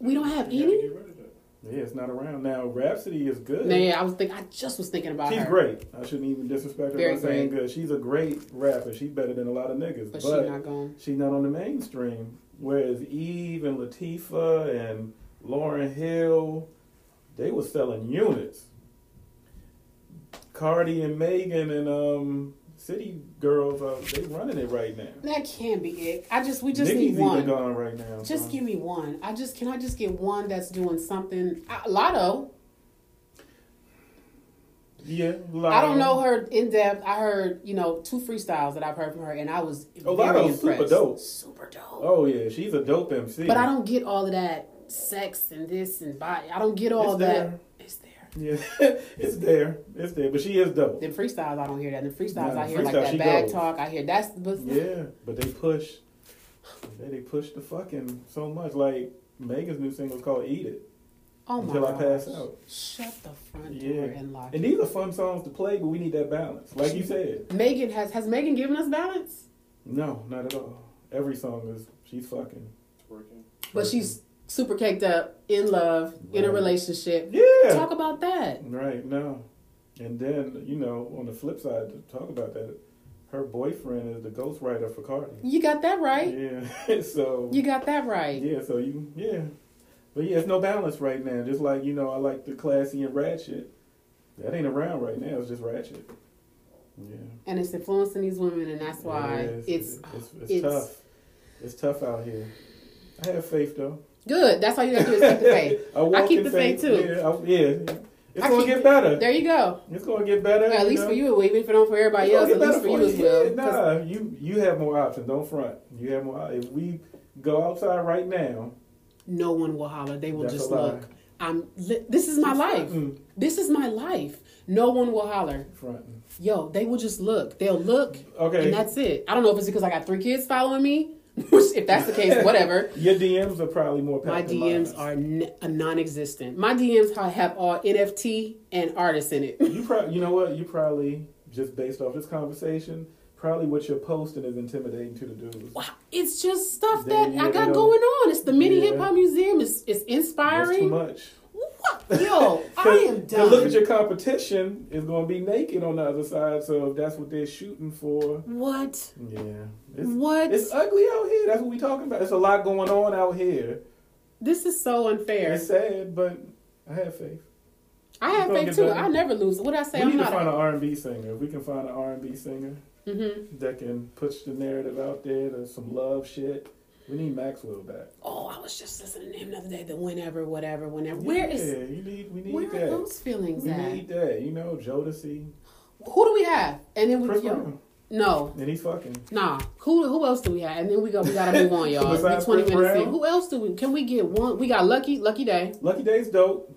[SPEAKER 4] We don't have
[SPEAKER 5] You gotta
[SPEAKER 4] any.
[SPEAKER 5] get rid of that.
[SPEAKER 3] yeah, it's not around now. Rhapsody is good.
[SPEAKER 4] No, yeah, I was thinking. I just was thinking about
[SPEAKER 3] She's
[SPEAKER 4] her,
[SPEAKER 3] great. I shouldn't even disrespect her
[SPEAKER 4] Very
[SPEAKER 3] by saying good. She's a great rapper. She's better than a lot of niggas.
[SPEAKER 4] but
[SPEAKER 3] But,
[SPEAKER 4] she's not going.
[SPEAKER 3] she's not on the mainstream. Whereas Eve and Latifah and Lauren Hill, they were selling units. Cardi and Megan and um, City Girls, uh, they running it right now.
[SPEAKER 4] That can be it. I just we just
[SPEAKER 3] Nicki's
[SPEAKER 4] need
[SPEAKER 3] even
[SPEAKER 4] one.
[SPEAKER 3] gone right now.
[SPEAKER 4] Just
[SPEAKER 3] so.
[SPEAKER 4] give me one. I just can I just get one that's doing something. I, Lotto,
[SPEAKER 3] yeah.
[SPEAKER 4] I
[SPEAKER 3] Um,
[SPEAKER 4] don't know her in depth. I heard, you know, two freestyles that I've heard from her, and I was
[SPEAKER 3] Oh,
[SPEAKER 4] very
[SPEAKER 3] Lotto's
[SPEAKER 4] impressed.
[SPEAKER 3] super dope.
[SPEAKER 4] Super dope.
[SPEAKER 3] Oh yeah, she's a dope MC.
[SPEAKER 4] But I don't get all of that sex and this and body. I don't get all
[SPEAKER 3] It's
[SPEAKER 4] that.
[SPEAKER 3] there.
[SPEAKER 4] It's there.
[SPEAKER 3] Yeah, it's there, it's there. But she is dope.
[SPEAKER 4] The freestyles, I don't hear that. The freestyles,
[SPEAKER 3] Nah,
[SPEAKER 4] I hear like
[SPEAKER 3] freestyle,
[SPEAKER 4] that
[SPEAKER 3] she
[SPEAKER 4] bag
[SPEAKER 3] goes.
[SPEAKER 4] talk. I hear that's but
[SPEAKER 3] Yeah, but they push. They, they push the fucking so much. Like Megan's new single is called "Eat It."
[SPEAKER 4] oh my
[SPEAKER 3] Until I
[SPEAKER 4] gosh.
[SPEAKER 3] pass out.
[SPEAKER 4] Shut the front
[SPEAKER 3] Yeah,
[SPEAKER 4] door and lock.
[SPEAKER 3] and
[SPEAKER 4] it.
[SPEAKER 3] these are fun songs to play, but we need that balance. Like you said,
[SPEAKER 4] Megan has has Megan given us balance,
[SPEAKER 3] no, not at all. Every song is she's fucking.
[SPEAKER 5] It's working.
[SPEAKER 4] but she's super caked up, in love, in a
[SPEAKER 3] Right.
[SPEAKER 4] relationship.
[SPEAKER 3] yeah,
[SPEAKER 4] Talk about that.
[SPEAKER 3] right no. And then you know, on the flip side, to talk about that, her boyfriend is the ghostwriter for Cardi.
[SPEAKER 4] You got that right.
[SPEAKER 3] Yeah, so
[SPEAKER 4] You got that right.
[SPEAKER 3] Yeah, so you yeah. But yeah, it's no balance right now. Just like, you know, I like the classy and ratchet. That ain't around right now, it's just ratchet. Yeah.
[SPEAKER 4] and it's influencing these women, and that's why
[SPEAKER 3] It is.
[SPEAKER 4] it's,
[SPEAKER 3] it's, it's,
[SPEAKER 4] it's-
[SPEAKER 3] tough. It's tough out here. I have faith though.
[SPEAKER 4] good. That's all you gotta do is keep the faith.
[SPEAKER 3] walk
[SPEAKER 4] keep
[SPEAKER 3] in
[SPEAKER 4] the faith, too.
[SPEAKER 3] Yeah, I- yeah. It's
[SPEAKER 4] I
[SPEAKER 3] gonna
[SPEAKER 4] keep
[SPEAKER 3] get
[SPEAKER 4] it.
[SPEAKER 3] better.
[SPEAKER 4] There you go.
[SPEAKER 3] It's gonna get better.
[SPEAKER 4] at
[SPEAKER 3] you
[SPEAKER 4] least
[SPEAKER 3] know?
[SPEAKER 4] for you, it will, even if it don't for everybody
[SPEAKER 3] It's
[SPEAKER 4] else,
[SPEAKER 3] gonna
[SPEAKER 4] at
[SPEAKER 3] get
[SPEAKER 4] least for you as well.
[SPEAKER 3] better for
[SPEAKER 4] 'Cause
[SPEAKER 3] you. Yeah, Nah, you you have more options. Don't front. You have more. op- If we go outside right now,
[SPEAKER 4] No one will holler. They will
[SPEAKER 3] That's
[SPEAKER 4] just
[SPEAKER 3] a lie. Mm.
[SPEAKER 4] look. I'm. Li- this is my life.
[SPEAKER 3] fronting.
[SPEAKER 4] This is my life. No one will holler.
[SPEAKER 3] fronting.
[SPEAKER 4] Yo, they will just look. They'll look,
[SPEAKER 3] Okay.
[SPEAKER 4] and that's it. I don't know if it's because I got three kids following me. Which, if that's the case, whatever.
[SPEAKER 3] Your DMs are probably more.
[SPEAKER 4] My
[SPEAKER 3] packed than
[SPEAKER 4] DMs
[SPEAKER 3] mine.
[SPEAKER 4] are n- non-existent. My DMs ha- have all NFT and artists in it.
[SPEAKER 3] You probably, you know what? You probably just based off this conversation, probably what you're posting is intimidating to the dudes.
[SPEAKER 4] Wow, it's just stuff
[SPEAKER 3] They-
[SPEAKER 4] that
[SPEAKER 3] yeah,
[SPEAKER 4] I
[SPEAKER 3] they
[SPEAKER 4] got
[SPEAKER 3] don't-
[SPEAKER 4] going on. It's the mini
[SPEAKER 3] Yeah.
[SPEAKER 4] hip hop museum. It's it's
[SPEAKER 3] That's too
[SPEAKER 4] inspiring.
[SPEAKER 3] much.
[SPEAKER 4] What? Yo, I am
[SPEAKER 3] Cause look
[SPEAKER 4] done.
[SPEAKER 3] at your competition is going to be naked on the other side. So if that's what they're shooting for,
[SPEAKER 4] What?
[SPEAKER 3] yeah, it's,
[SPEAKER 4] What?
[SPEAKER 3] it's ugly out here. That's what we talking about. It's a lot going on out here.
[SPEAKER 4] This is so unfair.
[SPEAKER 3] It's sad, but I have faith.
[SPEAKER 4] I have
[SPEAKER 3] gonna
[SPEAKER 4] faith
[SPEAKER 3] get
[SPEAKER 4] too.
[SPEAKER 3] better.
[SPEAKER 4] I never lose. What I say?
[SPEAKER 3] we
[SPEAKER 4] I'm
[SPEAKER 3] need to
[SPEAKER 4] not.
[SPEAKER 3] find an R and B singer. If we can find an R and B singer
[SPEAKER 4] mm-hmm.
[SPEAKER 3] that can push the narrative out there, there's some love shit. We need Maxwell back.
[SPEAKER 4] Oh, I was just listening to him the other day. The whenever, whatever, whenever.
[SPEAKER 3] yeah,
[SPEAKER 4] Where is?
[SPEAKER 3] you need? We need
[SPEAKER 4] Where are
[SPEAKER 3] that.
[SPEAKER 4] those feelings
[SPEAKER 3] we
[SPEAKER 4] at?
[SPEAKER 3] need that. You know, Jodeci,
[SPEAKER 4] Who do we have? And then we
[SPEAKER 3] Chris
[SPEAKER 4] yo,
[SPEAKER 3] Brown,
[SPEAKER 4] no,
[SPEAKER 3] and he's fucking.
[SPEAKER 4] nah. Who who else do we have? And then we go. We gotta move on, y'all. We
[SPEAKER 3] Besides
[SPEAKER 4] twenty
[SPEAKER 3] Chris
[SPEAKER 4] minutes in.
[SPEAKER 3] Brown?
[SPEAKER 4] Who else do we? Can we get one? We got Lucky. Lucky Day.
[SPEAKER 3] Lucky Day's dope.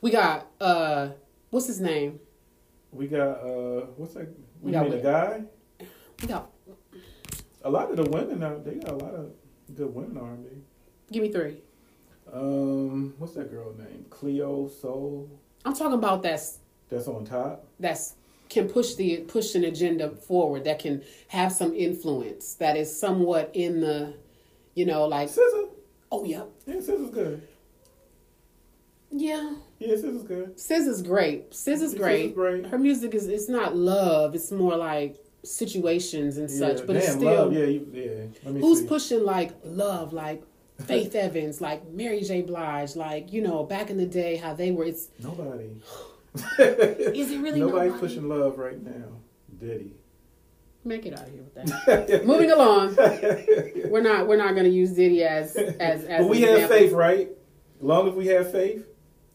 [SPEAKER 4] We got uh, what's his name?
[SPEAKER 3] We got uh, what's that?
[SPEAKER 4] We
[SPEAKER 3] We
[SPEAKER 4] got
[SPEAKER 3] mean a
[SPEAKER 4] what?
[SPEAKER 3] guy.
[SPEAKER 4] We got.
[SPEAKER 3] A lot of the women out, they got a lot of good women R and B.
[SPEAKER 4] Give me three.
[SPEAKER 3] Um, what's that girl name? Cleo Soul.
[SPEAKER 4] I'm talking about that's
[SPEAKER 3] That's on top.
[SPEAKER 4] that's can push the push an agenda forward that can have some influence that is somewhat in the, you know, like
[SPEAKER 3] SZA.
[SPEAKER 4] oh yeah,
[SPEAKER 3] Yeah, SZA's good.
[SPEAKER 4] yeah.
[SPEAKER 3] Yeah, SZA's good.
[SPEAKER 4] Sis is great. Sis is
[SPEAKER 3] SZA's
[SPEAKER 4] great.
[SPEAKER 3] great.
[SPEAKER 4] Her music is it's not love. It's more like situations and such. But
[SPEAKER 3] Damn,
[SPEAKER 4] it's still
[SPEAKER 3] love. Yeah, you, yeah. Let me
[SPEAKER 4] who's
[SPEAKER 3] see.
[SPEAKER 4] pushing like love, like Faith Evans, like Mary J. Blige, like you know back in the day how they were. It's
[SPEAKER 3] Nobody.
[SPEAKER 4] is it really
[SPEAKER 3] Nobody's
[SPEAKER 4] nobody?
[SPEAKER 3] pushing love right now. Diddy.
[SPEAKER 4] Man, get out of here with that. Moving along, we're not we're not gonna use Diddy as as as.
[SPEAKER 3] but we
[SPEAKER 4] an
[SPEAKER 3] have
[SPEAKER 4] example.
[SPEAKER 3] faith, right? long as we have faith.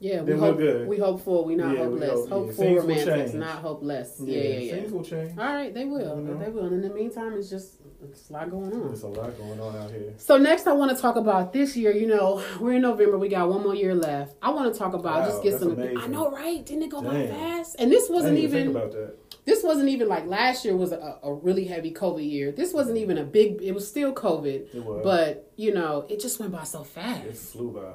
[SPEAKER 4] Yeah, we
[SPEAKER 3] then we're
[SPEAKER 4] hope
[SPEAKER 3] good.
[SPEAKER 4] we hopeful. We not
[SPEAKER 3] Yeah, we
[SPEAKER 4] hopeless.
[SPEAKER 3] hope- yeah,
[SPEAKER 4] hopeful
[SPEAKER 3] things will
[SPEAKER 4] romantics,
[SPEAKER 3] change.
[SPEAKER 4] not hopeless. Yeah, yeah, Uh-huh. yeah.
[SPEAKER 3] Things will Mm-hmm. change.
[SPEAKER 4] All right, they will.
[SPEAKER 3] You know?
[SPEAKER 4] They will. And in the meantime, it's just it's a lot going on.
[SPEAKER 3] There's a lot going on out here.
[SPEAKER 4] So next, I want to talk about this year. You know, we're in November. We got one more year left. I want to talk about
[SPEAKER 3] Wow,
[SPEAKER 4] just get
[SPEAKER 3] that's
[SPEAKER 4] some.
[SPEAKER 3] amazing.
[SPEAKER 4] I know, right? Didn't it go by
[SPEAKER 3] Dang.
[SPEAKER 4] fast? And this
[SPEAKER 3] I
[SPEAKER 4] wasn't
[SPEAKER 3] didn't even
[SPEAKER 4] even
[SPEAKER 3] think about that.
[SPEAKER 4] this wasn't even like last year was a, a really heavy COVID year. This wasn't even a big. It was still COVID,
[SPEAKER 3] It was.
[SPEAKER 4] but you know, it just went by so fast.
[SPEAKER 3] it flew by.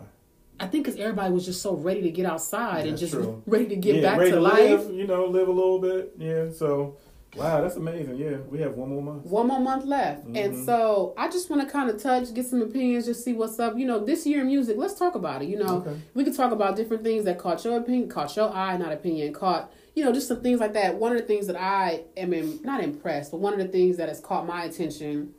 [SPEAKER 4] I think because everybody was just so ready to get outside and
[SPEAKER 3] That's
[SPEAKER 4] just
[SPEAKER 3] true.
[SPEAKER 4] ready to get
[SPEAKER 3] yeah,
[SPEAKER 4] back
[SPEAKER 3] ready
[SPEAKER 4] to life.
[SPEAKER 3] Live, you know, live a little bit. Yeah. So, wow, that's amazing. Yeah, we have one more month.
[SPEAKER 4] One more month left. And
[SPEAKER 3] Mhm.
[SPEAKER 4] so I just want to kind of touch, get some opinions, just see what's up. You know, this year in music, let's talk about it. You know,
[SPEAKER 3] Okay.
[SPEAKER 4] we could talk about different things that caught your opinion, caught your eye, not opinion, caught, you know, just some things like that. One of the things that I am im- not impressed, but one of the things that has caught my attention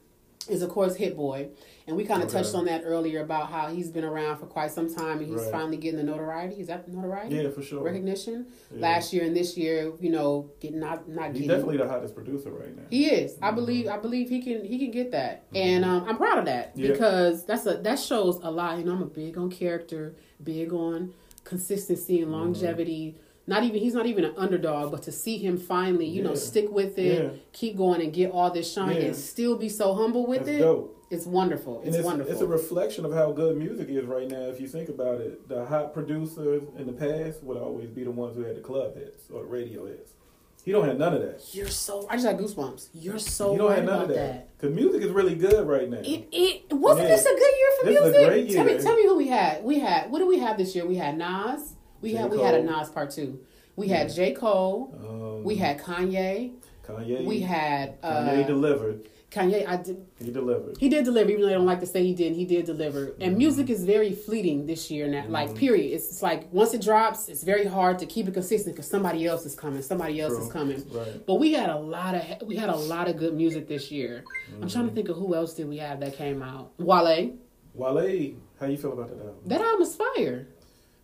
[SPEAKER 4] is, of course, Hit Boy. And we kind of
[SPEAKER 3] Okay.
[SPEAKER 4] touched on that earlier about how he's been around for quite some time and he's
[SPEAKER 3] Right.
[SPEAKER 4] finally getting the notoriety. Is that the notoriety?
[SPEAKER 3] Yeah, for sure.
[SPEAKER 4] Recognition
[SPEAKER 3] Yeah.
[SPEAKER 4] last year and this year, you know, getting not not
[SPEAKER 3] He's
[SPEAKER 4] getting
[SPEAKER 3] definitely the hottest producer right now.
[SPEAKER 4] he is.
[SPEAKER 3] Mm-hmm.
[SPEAKER 4] I believe. I believe he can. He can get that, and um, I'm proud of that
[SPEAKER 3] Yeah.
[SPEAKER 4] because that's a that shows a lot. You know, I'm a big on character, big on consistency
[SPEAKER 3] Mm-hmm.
[SPEAKER 4] and longevity. Not even he's not even an underdog, but to see him finally, you know,
[SPEAKER 3] Yeah.
[SPEAKER 4] stick with it,
[SPEAKER 3] Yeah.
[SPEAKER 4] keep going, and get all this shine,
[SPEAKER 3] Yeah.
[SPEAKER 4] and still be so humble with
[SPEAKER 3] That's
[SPEAKER 4] it.
[SPEAKER 3] dope.
[SPEAKER 4] It's wonderful.
[SPEAKER 3] And
[SPEAKER 4] It's, wonderful.
[SPEAKER 3] It's a reflection of how good music is right now. If you think about it, the hot producers in the past would always be the ones who had the club hits or the radio hits. He don't have none of that.
[SPEAKER 4] You're so. I just got goosebumps. You're so.
[SPEAKER 3] he don't
[SPEAKER 4] right
[SPEAKER 3] have none
[SPEAKER 4] about that.
[SPEAKER 3] of that. Because music is really good right now.
[SPEAKER 4] It, it wasn't
[SPEAKER 3] Yeah.
[SPEAKER 4] this a good year for
[SPEAKER 3] This is a
[SPEAKER 4] music?
[SPEAKER 3] great
[SPEAKER 4] Tell me,
[SPEAKER 3] year.
[SPEAKER 4] tell me who we had. We had what do we have this year? We had Nas. We
[SPEAKER 3] J.
[SPEAKER 4] had we had a
[SPEAKER 3] Cole.
[SPEAKER 4] Nas part two. We had J Cole.
[SPEAKER 3] um,
[SPEAKER 4] We had Kanye.
[SPEAKER 3] Kanye.
[SPEAKER 4] We had uh,
[SPEAKER 3] Kanye
[SPEAKER 4] Kanye.
[SPEAKER 3] delivered.
[SPEAKER 4] I did.
[SPEAKER 3] He delivered.
[SPEAKER 4] He did deliver, even though I don't like to say he didn't. He did deliver, and
[SPEAKER 3] Mm-hmm.
[SPEAKER 4] music is very fleeting this year. Now, like period, it's, it's like once it drops, it's very hard to keep it consistent because somebody else is coming. Somebody else is
[SPEAKER 3] True.
[SPEAKER 4] coming.
[SPEAKER 3] Right.
[SPEAKER 4] But we had a lot of we had a lot of good music this year. I'm trying to
[SPEAKER 3] Mm-hmm.
[SPEAKER 4] think of who else did we have that came out. Wale.
[SPEAKER 3] Mm-hmm. Wale, how you feel about that album?
[SPEAKER 4] That album is fire.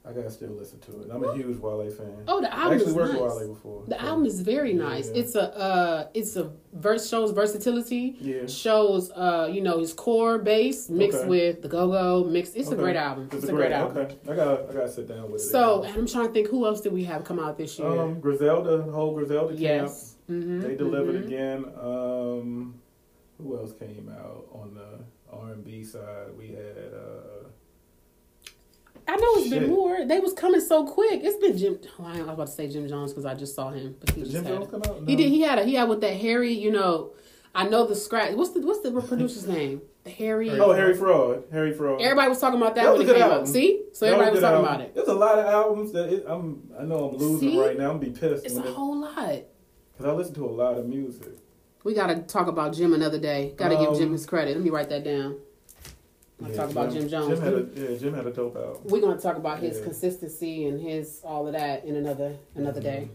[SPEAKER 3] I gotta still listen to it. I'm a huge Wale fan.
[SPEAKER 4] Oh, the album
[SPEAKER 3] I actually
[SPEAKER 4] is
[SPEAKER 3] worked
[SPEAKER 4] nice.
[SPEAKER 3] with Wale before.
[SPEAKER 4] The
[SPEAKER 3] so-
[SPEAKER 4] album is very nice.
[SPEAKER 3] Yeah.
[SPEAKER 4] It's a uh it's a verse shows versatility.
[SPEAKER 3] Yeah.
[SPEAKER 4] Shows uh, you know, his core bass mixed
[SPEAKER 3] Okay.
[SPEAKER 4] with the go go mix. It's a
[SPEAKER 3] Okay.
[SPEAKER 4] great album. It's, a great, album.
[SPEAKER 3] Okay, I gotta I gotta sit down with it.
[SPEAKER 4] So and I'm trying to think who else did we have come out this year?
[SPEAKER 3] um, Griselda, the whole Griselda
[SPEAKER 4] yes.
[SPEAKER 3] camp,
[SPEAKER 4] Mm-hmm.
[SPEAKER 3] they delivered again. Um, who else came out on the R and B side? We had uh,
[SPEAKER 4] I know it's been
[SPEAKER 3] Shit.
[SPEAKER 4] more. They was coming so quick. It's been Jim. Oh, I was about to say Jim Jones because I just saw him, but he
[SPEAKER 3] did
[SPEAKER 4] just
[SPEAKER 3] Jim
[SPEAKER 4] had
[SPEAKER 3] Jones come out?
[SPEAKER 4] He
[SPEAKER 3] No.
[SPEAKER 4] did. He had a he had with that Harry. You know, I know the scratch. What's the what's the producer's name? The Harry.
[SPEAKER 3] oh, Harry Fraud, Harry Fraud.
[SPEAKER 4] Everybody was talking about that,
[SPEAKER 3] That was
[SPEAKER 4] when
[SPEAKER 3] a
[SPEAKER 4] it
[SPEAKER 3] good
[SPEAKER 4] came out.
[SPEAKER 3] album.
[SPEAKER 4] See, so
[SPEAKER 3] That
[SPEAKER 4] everybody
[SPEAKER 3] a
[SPEAKER 4] was
[SPEAKER 3] good
[SPEAKER 4] talking
[SPEAKER 3] album.
[SPEAKER 4] about it.
[SPEAKER 3] There's a lot of albums that it, I'm. I know I'm losing
[SPEAKER 4] See?
[SPEAKER 3] right now. I'm gonna be pissed
[SPEAKER 4] It's
[SPEAKER 3] when
[SPEAKER 4] a
[SPEAKER 3] it-
[SPEAKER 4] whole lot.
[SPEAKER 3] cause I listen to a lot of music.
[SPEAKER 4] We gotta talk about Jim another day. Gotta give
[SPEAKER 3] Um,
[SPEAKER 4] Jim his credit. Let me write that down. Let's talk about Jim Jones.
[SPEAKER 3] Jim had a, yeah, Jim had a dope album.
[SPEAKER 4] We're gonna talk about his
[SPEAKER 3] Yeah.
[SPEAKER 4] consistency and his all of that in another another day.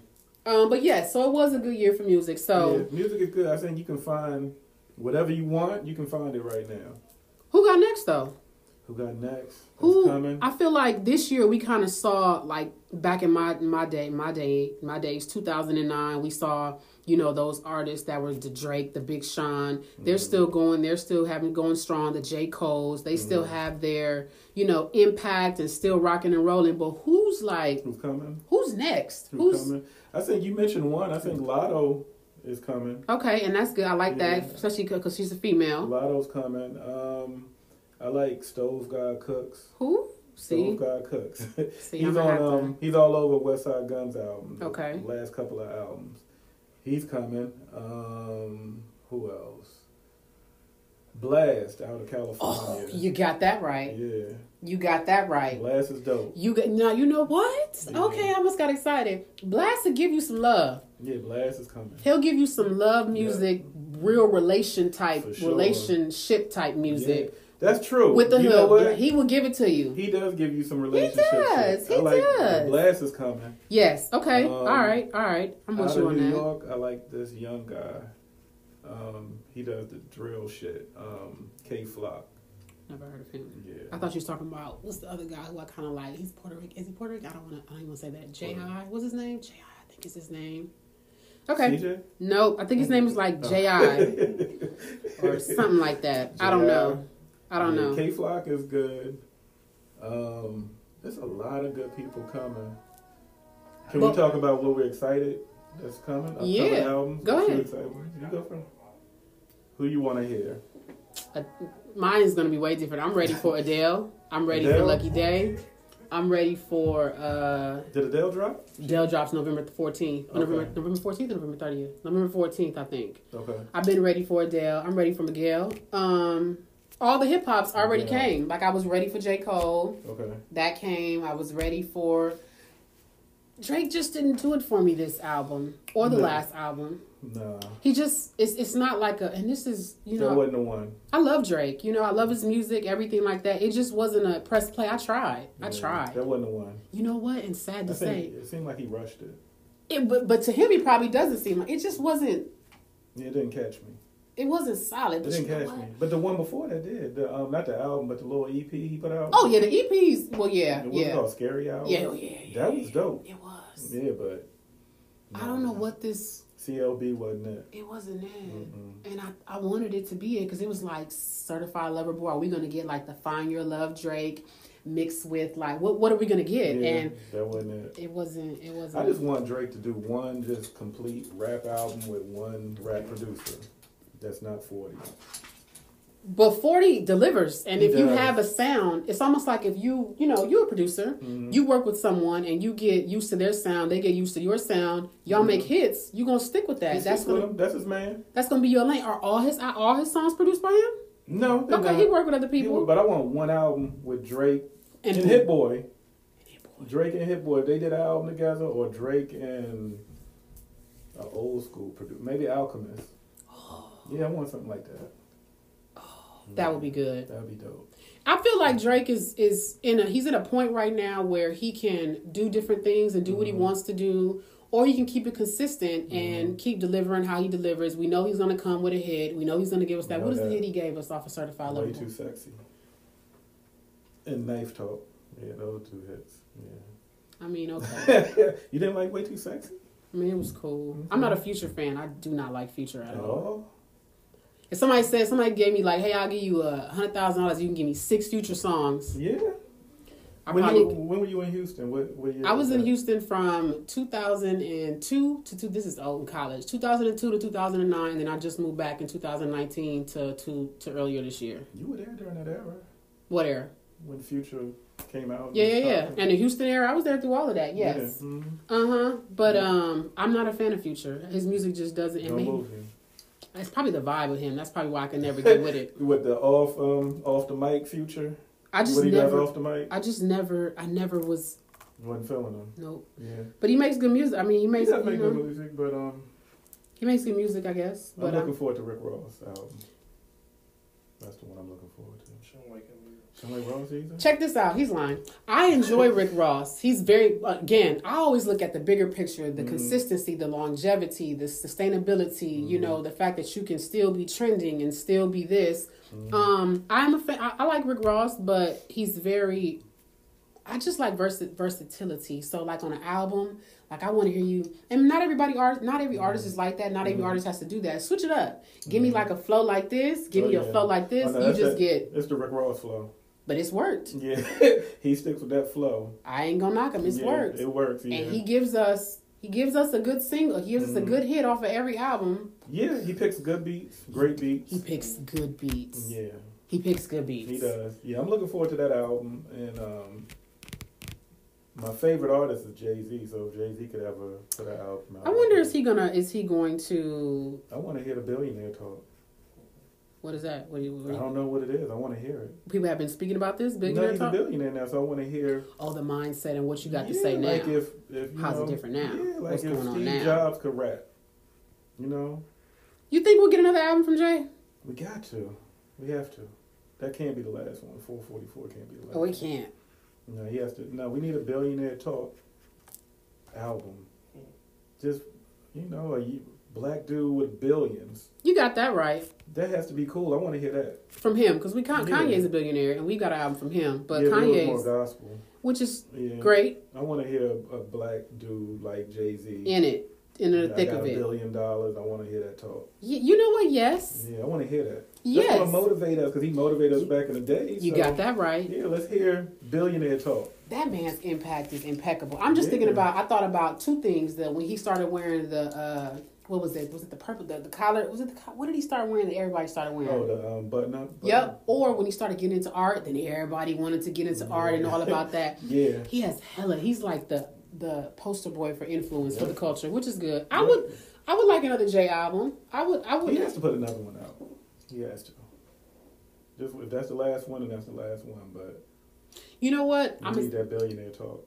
[SPEAKER 4] Um, but yeah, so it was a good year for music. So
[SPEAKER 3] Yeah, music is good. I think you can find whatever you want. You can find it right now.
[SPEAKER 4] who got next though?
[SPEAKER 3] Who got next? Who's
[SPEAKER 4] Who
[SPEAKER 3] coming?
[SPEAKER 4] I feel like this year we kind of saw like back in my my day my day my days two thousand and nine we saw you know those artists that were the Drake the Big Sean they're
[SPEAKER 3] Mm-hmm.
[SPEAKER 4] still going they're still having going strong the J Cole's they still
[SPEAKER 3] Mm-hmm.
[SPEAKER 4] have their you know impact and still rocking and rolling but who's like
[SPEAKER 3] Who's coming?
[SPEAKER 4] who's next
[SPEAKER 3] Who's,
[SPEAKER 4] who's
[SPEAKER 3] coming? I think you mentioned one. I think Lotto is coming.
[SPEAKER 4] okay and that's good I like
[SPEAKER 3] Yeah.
[SPEAKER 4] that especially because she's a female
[SPEAKER 3] Lotto's coming. Um, I like Stove God Cooks.
[SPEAKER 4] who see
[SPEAKER 3] Stove God Cooks.
[SPEAKER 4] see
[SPEAKER 3] he's
[SPEAKER 4] I'ma
[SPEAKER 3] on.
[SPEAKER 4] have to-
[SPEAKER 3] Um, he's all over West Side Guns album. the
[SPEAKER 4] Okay.
[SPEAKER 3] last couple of albums. He's coming. Um, who else? Blast out of California.
[SPEAKER 4] oh you got that right
[SPEAKER 3] yeah.
[SPEAKER 4] you got that right
[SPEAKER 3] Blast is dope.
[SPEAKER 4] You get now. You know what? Okay, I almost got excited. Blast will give you some love.
[SPEAKER 3] Yeah, Blast is coming.
[SPEAKER 4] He'll give you some love music, real relation type,
[SPEAKER 3] For sure.
[SPEAKER 4] relationship type music
[SPEAKER 3] Yeah, that's true.
[SPEAKER 4] with the
[SPEAKER 3] you Know
[SPEAKER 4] hook.
[SPEAKER 3] what?
[SPEAKER 4] Yeah, he will give it to you.
[SPEAKER 3] He does give you some relationship.
[SPEAKER 4] does,
[SPEAKER 3] shit.
[SPEAKER 4] he
[SPEAKER 3] I like
[SPEAKER 4] does.
[SPEAKER 3] Blast is coming.
[SPEAKER 4] yes. Okay.
[SPEAKER 3] Um,
[SPEAKER 4] all right. All right. I'm
[SPEAKER 3] Out
[SPEAKER 4] with
[SPEAKER 3] of
[SPEAKER 4] you on
[SPEAKER 3] New
[SPEAKER 4] that.
[SPEAKER 3] York, I like this young guy. Um, he does the drill shit. Um, K Flock.
[SPEAKER 4] Never heard of him.
[SPEAKER 3] Yeah.
[SPEAKER 4] I thought you was talking about what's the other guy who I kind of like. He's Puerto Rican. Is he Puerto Rican? I don't want to. I don't want to say that. J I. What's his name? J I. I think is his name. Okay.
[SPEAKER 3] CJ?
[SPEAKER 4] Nope. I think his name is like J I. or something like that. I don't know. I don't know.
[SPEAKER 3] K Flock is good. Um, there's a lot of good people coming. Can
[SPEAKER 4] But-
[SPEAKER 3] we talk about what we're excited that's coming? Upcoming
[SPEAKER 4] Yeah,
[SPEAKER 3] albums?
[SPEAKER 4] go
[SPEAKER 3] What you
[SPEAKER 4] ahead.
[SPEAKER 3] excited- You go first. Who you want to hear?
[SPEAKER 4] Uh, mine's gonna be way different. I'm ready for Adele. I'm ready for
[SPEAKER 3] Adele?
[SPEAKER 4] Lucky Day. I'm ready for uh
[SPEAKER 3] Did Adele drop?
[SPEAKER 4] Adele drops November the 14th.
[SPEAKER 3] Okay.
[SPEAKER 4] November November 14th or November 30th. November 14th, I think.
[SPEAKER 3] Okay.
[SPEAKER 4] I've been ready for Adele. I'm ready for Miguel. Um, all the hip hops already
[SPEAKER 3] Yeah.
[SPEAKER 4] came. Like I was ready for J Cole.
[SPEAKER 3] Okay.
[SPEAKER 4] That came. I was ready for. Drake just didn't do it for me this album or the
[SPEAKER 3] No.
[SPEAKER 4] last album.
[SPEAKER 3] Nah.
[SPEAKER 4] He just it's it's not like a and this is you know
[SPEAKER 3] that wasn't the one.
[SPEAKER 4] I love Drake. You know, I love his music, everything like that. It just wasn't a press play. I tried. I
[SPEAKER 3] Yeah,
[SPEAKER 4] tried.
[SPEAKER 3] That wasn't the one.
[SPEAKER 4] You know what? And sad
[SPEAKER 3] I
[SPEAKER 4] to say,
[SPEAKER 3] think it seemed like he rushed it.
[SPEAKER 4] it, but, but to him, he probably doesn't seem like it. Just wasn't.
[SPEAKER 3] Yeah, it didn't catch me.
[SPEAKER 4] It wasn't solid.
[SPEAKER 3] It
[SPEAKER 4] But
[SPEAKER 3] didn't
[SPEAKER 4] you know
[SPEAKER 3] catch
[SPEAKER 4] what?
[SPEAKER 3] me. But the one before that did. The, um, not the album, but the little EP he put out.
[SPEAKER 4] Oh yeah, the EPs. Well, yeah,
[SPEAKER 3] It was
[SPEAKER 4] yeah,
[SPEAKER 3] called Scary Hour.
[SPEAKER 4] yeah, oh, yeah, yeah.
[SPEAKER 3] That was dope.
[SPEAKER 4] It was.
[SPEAKER 3] Yeah, but
[SPEAKER 4] I don't know what this.
[SPEAKER 3] CLB wasn't it.
[SPEAKER 4] It wasn't
[SPEAKER 3] Mm-hmm.
[SPEAKER 4] it, and I, I wanted it to be it because it was like certified lover boy. Are we gonna get like the find your love Drake mixed with like what what are we gonna get?
[SPEAKER 3] Yeah,
[SPEAKER 4] And
[SPEAKER 3] that wasn't it.
[SPEAKER 4] it wasn't. It wasn't.
[SPEAKER 3] I just want Drake to do one just complete rap album with one rap producer. That's not forty.
[SPEAKER 4] But 40 delivers. And
[SPEAKER 3] He
[SPEAKER 4] if you
[SPEAKER 3] does.
[SPEAKER 4] have a sound, it's almost like if you, you know, you're a producer,
[SPEAKER 3] Mm-hmm.
[SPEAKER 4] you work with someone and you get used to their sound, they get used to your sound, y'all make
[SPEAKER 3] Mm-hmm.
[SPEAKER 4] hits, you're going to stick with that. that's
[SPEAKER 3] That's
[SPEAKER 4] going to
[SPEAKER 3] him. That's his man.
[SPEAKER 4] that's going to be your lane. Are all his are all his songs produced by him?
[SPEAKER 3] No, they're
[SPEAKER 4] Okay,
[SPEAKER 3] not.
[SPEAKER 4] he worked with other
[SPEAKER 3] He
[SPEAKER 4] people.
[SPEAKER 3] would- But I want one album with Drake
[SPEAKER 4] And
[SPEAKER 3] and,
[SPEAKER 4] who?
[SPEAKER 3] Hit Boy. Drake and Hit Boy, if they did an album together, or Drake and an old school producer, maybe Alchemist. Yeah, I want something like that.
[SPEAKER 4] that would be good.
[SPEAKER 3] That'd be dope.
[SPEAKER 4] I feel like Drake is is in a he's at a point right now where he can do different things and do what he wants to do, or he can keep it consistent and keep delivering how he delivers. We know he's gonna come with a hit. We know he's gonna give us that.
[SPEAKER 3] Know
[SPEAKER 4] What is the
[SPEAKER 3] that.
[SPEAKER 4] hit he gave us off of Certified Lover?
[SPEAKER 3] Way
[SPEAKER 4] Boy?
[SPEAKER 3] too sexy. And Knife Talk. Yeah, those two hits. Yeah.
[SPEAKER 4] I mean, okay.
[SPEAKER 3] you didn't like Way Too Sexy
[SPEAKER 4] I mean, it was cool. I'm not a Future fan. I do not like Future at
[SPEAKER 3] at
[SPEAKER 4] all.
[SPEAKER 3] all?
[SPEAKER 4] If somebody said somebody gave me like, hey, I'll give you a hundred thousand dollars, you can give me six Future songs.
[SPEAKER 3] Yeah.
[SPEAKER 4] I
[SPEAKER 3] when,
[SPEAKER 4] probably
[SPEAKER 3] you, when were you in Houston? What, what year
[SPEAKER 4] I was in
[SPEAKER 3] that?
[SPEAKER 4] Houston from 2002 to two, this is old in college 2002 to 2009, and then I just moved back in 2019 to to, to earlier this year.
[SPEAKER 3] You were there during that era
[SPEAKER 4] What era?
[SPEAKER 3] when Future came out. and
[SPEAKER 4] Yeah,
[SPEAKER 3] was
[SPEAKER 4] yeah, yeah.
[SPEAKER 3] popping.
[SPEAKER 4] And the Houston era, I was there through all of that.
[SPEAKER 3] Yeah,
[SPEAKER 4] Yes.
[SPEAKER 3] mhm.
[SPEAKER 4] Uh huh. But um, I'm not a fan of Future. His music just doesn't. And
[SPEAKER 3] No
[SPEAKER 4] maybe,
[SPEAKER 3] movie.
[SPEAKER 4] it's probably the vibe of him. That's probably why I can never get with it.
[SPEAKER 3] With the off um off the mic future.
[SPEAKER 4] I just
[SPEAKER 3] What he does
[SPEAKER 4] never.
[SPEAKER 3] off the mic.
[SPEAKER 4] I just never. I never was.
[SPEAKER 3] Wasn't feeling him.
[SPEAKER 4] Nope.
[SPEAKER 3] Yeah.
[SPEAKER 4] But he makes good music. I mean, he
[SPEAKER 3] He
[SPEAKER 4] makes.
[SPEAKER 3] does
[SPEAKER 4] you
[SPEAKER 3] make
[SPEAKER 4] know,
[SPEAKER 3] good music, but um
[SPEAKER 4] He makes good music, I guess. mm-hmm. But
[SPEAKER 3] I'm looking
[SPEAKER 4] um,
[SPEAKER 3] forward to Rick Ross album. I That's the one I'm looking forward to.
[SPEAKER 5] Shouldn't wake him
[SPEAKER 3] Somebody Rose either?
[SPEAKER 4] Check this out. He's lying. I enjoy Rick Ross. He's very again. I always look at the bigger picture,
[SPEAKER 3] Mm-hmm.
[SPEAKER 4] the consistency, the longevity, the sustainability.
[SPEAKER 3] Mm-hmm.
[SPEAKER 4] You know, the fact that you can still be trending and still be this.
[SPEAKER 3] Mm. Mm-hmm.
[SPEAKER 4] Um, I'm a fan. I, I like Rick Ross, but he's very. I just like versi- versatility. So, like on an album, like I want to hear you. And not everybody art, not
[SPEAKER 3] Mm-hmm.
[SPEAKER 4] every artist is like that. Not every artist has to do that. Switch it up. Give me like a flow like this. Give
[SPEAKER 3] Oh,
[SPEAKER 4] me a
[SPEAKER 3] yeah.
[SPEAKER 4] flow like this.
[SPEAKER 3] Oh, no,
[SPEAKER 4] you
[SPEAKER 3] that's
[SPEAKER 4] just
[SPEAKER 3] it.
[SPEAKER 4] get.
[SPEAKER 3] It's the Rick Ross flow.
[SPEAKER 4] But it's worked.
[SPEAKER 3] Yeah, he sticks with that flow.
[SPEAKER 4] I ain't gonna knock him. It's
[SPEAKER 3] yeah,
[SPEAKER 4] worked.
[SPEAKER 3] It works. Yeah.
[SPEAKER 4] and he gives us he gives us a good single. He gives us a
[SPEAKER 3] Mhm.
[SPEAKER 4] good hit off of every album.
[SPEAKER 3] yeah, he picks good beats, great beats.
[SPEAKER 4] He picks good beats.
[SPEAKER 3] Yeah,
[SPEAKER 4] He picks good beats.
[SPEAKER 3] he does. Yeah, I'm looking forward to that album. And um, my favorite artist is Jay Z. So Jay Z could ever put an album out.
[SPEAKER 4] I wonder is he gonna is he going to
[SPEAKER 3] I want to hear the billionaire talk.
[SPEAKER 4] what is that? What do you, what
[SPEAKER 3] I
[SPEAKER 4] do you-
[SPEAKER 3] don't know what it is. I want to hear it.
[SPEAKER 4] people have been speaking about this big
[SPEAKER 3] no,
[SPEAKER 4] no,
[SPEAKER 3] he's a billionaire now, so I want to hear.
[SPEAKER 4] Oh, the mindset and what you got to
[SPEAKER 3] Yeah,
[SPEAKER 4] say now.
[SPEAKER 3] Like if, if you
[SPEAKER 4] How's it
[SPEAKER 3] know,
[SPEAKER 4] different now?
[SPEAKER 3] Yeah, like
[SPEAKER 4] What's
[SPEAKER 3] if
[SPEAKER 4] going on
[SPEAKER 3] Steve
[SPEAKER 4] now?
[SPEAKER 3] Jobs could rap. You know,
[SPEAKER 4] you think we'll get another album from Jay?
[SPEAKER 3] we got to. We have to. That can't be the last one. Four forty four can't be the last.
[SPEAKER 4] Oh,
[SPEAKER 3] one.
[SPEAKER 4] we can't.
[SPEAKER 3] No, he has to. No, we need a billionaire talk album. Just you know, a y- black dude with billions.
[SPEAKER 4] You got that right
[SPEAKER 3] That has to be cool. I want to hear that.
[SPEAKER 4] from him because we con-
[SPEAKER 3] Yeah.
[SPEAKER 4] Kanye's a billionaire and we got an album from him, but
[SPEAKER 3] yeah, it
[SPEAKER 4] Kanye's
[SPEAKER 3] was more gospel.
[SPEAKER 4] which is
[SPEAKER 3] Yeah,
[SPEAKER 4] great
[SPEAKER 3] I want to hear a, a black dude like Jay Z.
[SPEAKER 4] in it in the
[SPEAKER 3] I
[SPEAKER 4] thick
[SPEAKER 3] got
[SPEAKER 4] of
[SPEAKER 3] a
[SPEAKER 4] it. Y-
[SPEAKER 3] billion dollars. I want to hear that talk.
[SPEAKER 4] you know what? Yes,
[SPEAKER 3] Yeah, I want to hear that. That's
[SPEAKER 4] yes,
[SPEAKER 3] what motivate us because he motivated us back in the day.
[SPEAKER 4] you
[SPEAKER 3] so-
[SPEAKER 4] got that right.
[SPEAKER 3] Yeah, let's hear billionaire talk.
[SPEAKER 4] That man's impact is impeccable. I'm just
[SPEAKER 3] Yeah.
[SPEAKER 4] thinking about. I thought about two things that when he started wearing the uh, what was it? Was it the purple? The, the collar? Was it the? co- What did he start wearing that everybody started wearing?
[SPEAKER 3] Oh, the um, button up. button
[SPEAKER 4] yep.
[SPEAKER 3] up.
[SPEAKER 4] Or when he started getting into art, then everybody wanted to get into art and all about that.
[SPEAKER 3] Yeah.
[SPEAKER 4] He has hella. He's like the the poster boy for influence for
[SPEAKER 3] Yeah.
[SPEAKER 4] the culture, which is good. I
[SPEAKER 3] Yeah.
[SPEAKER 4] would I would like another J album. I would I would.
[SPEAKER 3] He has to put another one out. He has to. Just if that's the last one, then that's the last one. But
[SPEAKER 4] You know what?
[SPEAKER 3] we
[SPEAKER 4] I'm
[SPEAKER 3] need that billionaire talk.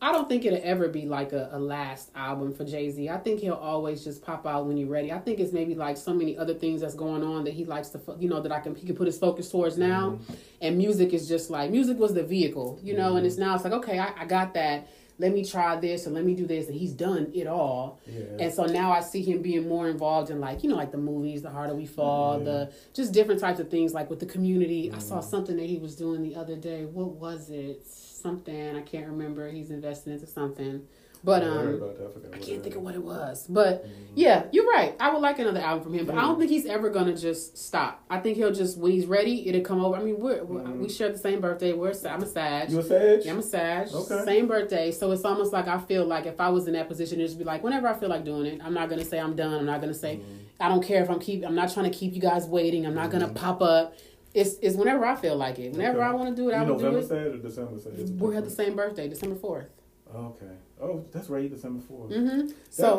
[SPEAKER 4] I don't think it'll ever be like a, a last album for Jay Z. I think he'll always just pop out when you're ready. I think it's maybe like so many other things that's going on that he likes to, fo- you know, that I can he can put his focus towards now. And music is just like music was the vehicle, you know. And it's now it's like okay, I, I got that. Let me try this and let me do this, and he's done it all.
[SPEAKER 3] Yeah.
[SPEAKER 4] And so now I see him being more involved in like you know like the movies, the harder we
[SPEAKER 3] Mm-hmm.
[SPEAKER 4] fall, the just different types of things like with the community. I saw something that he was doing the other day. What was it? Something I can't remember. He's investing into something, but
[SPEAKER 3] I heard
[SPEAKER 4] um,
[SPEAKER 3] about that. I, forgot
[SPEAKER 4] I
[SPEAKER 3] what
[SPEAKER 4] can't
[SPEAKER 3] it
[SPEAKER 4] think of
[SPEAKER 3] is. Mm-hmm.
[SPEAKER 4] what it was. But yeah, you're right. I would like another album from him, but I don't think he's ever gonna just stop. I think he'll just when he's ready, it'll come over. I mean, we're, we're-
[SPEAKER 3] Mm-hmm.
[SPEAKER 4] we share the same birthday. We're Sa- I'm a Sag.
[SPEAKER 3] You a sage?
[SPEAKER 4] Yeah, I'm a Sag.
[SPEAKER 3] Okay.
[SPEAKER 4] Same birthday. So it's almost like I feel like if I was in that position, it'd just be like, whenever I feel like doing it, I'm not gonna say I'm done. I'm not gonna say
[SPEAKER 3] Mm-hmm.
[SPEAKER 4] I don't care if I'm keep I'm not trying to keep you guys waiting. I'm not gonna pop up. It's it's whenever I feel like it. Whenever
[SPEAKER 3] Okay.
[SPEAKER 4] I wanna do it,
[SPEAKER 3] you
[SPEAKER 4] I will do
[SPEAKER 3] November
[SPEAKER 4] it.
[SPEAKER 3] sage or December sage?
[SPEAKER 4] We had the same birthday, December fourth.
[SPEAKER 3] Okay. Oh, that's right. December 4th
[SPEAKER 4] Mm-hmm.
[SPEAKER 3] So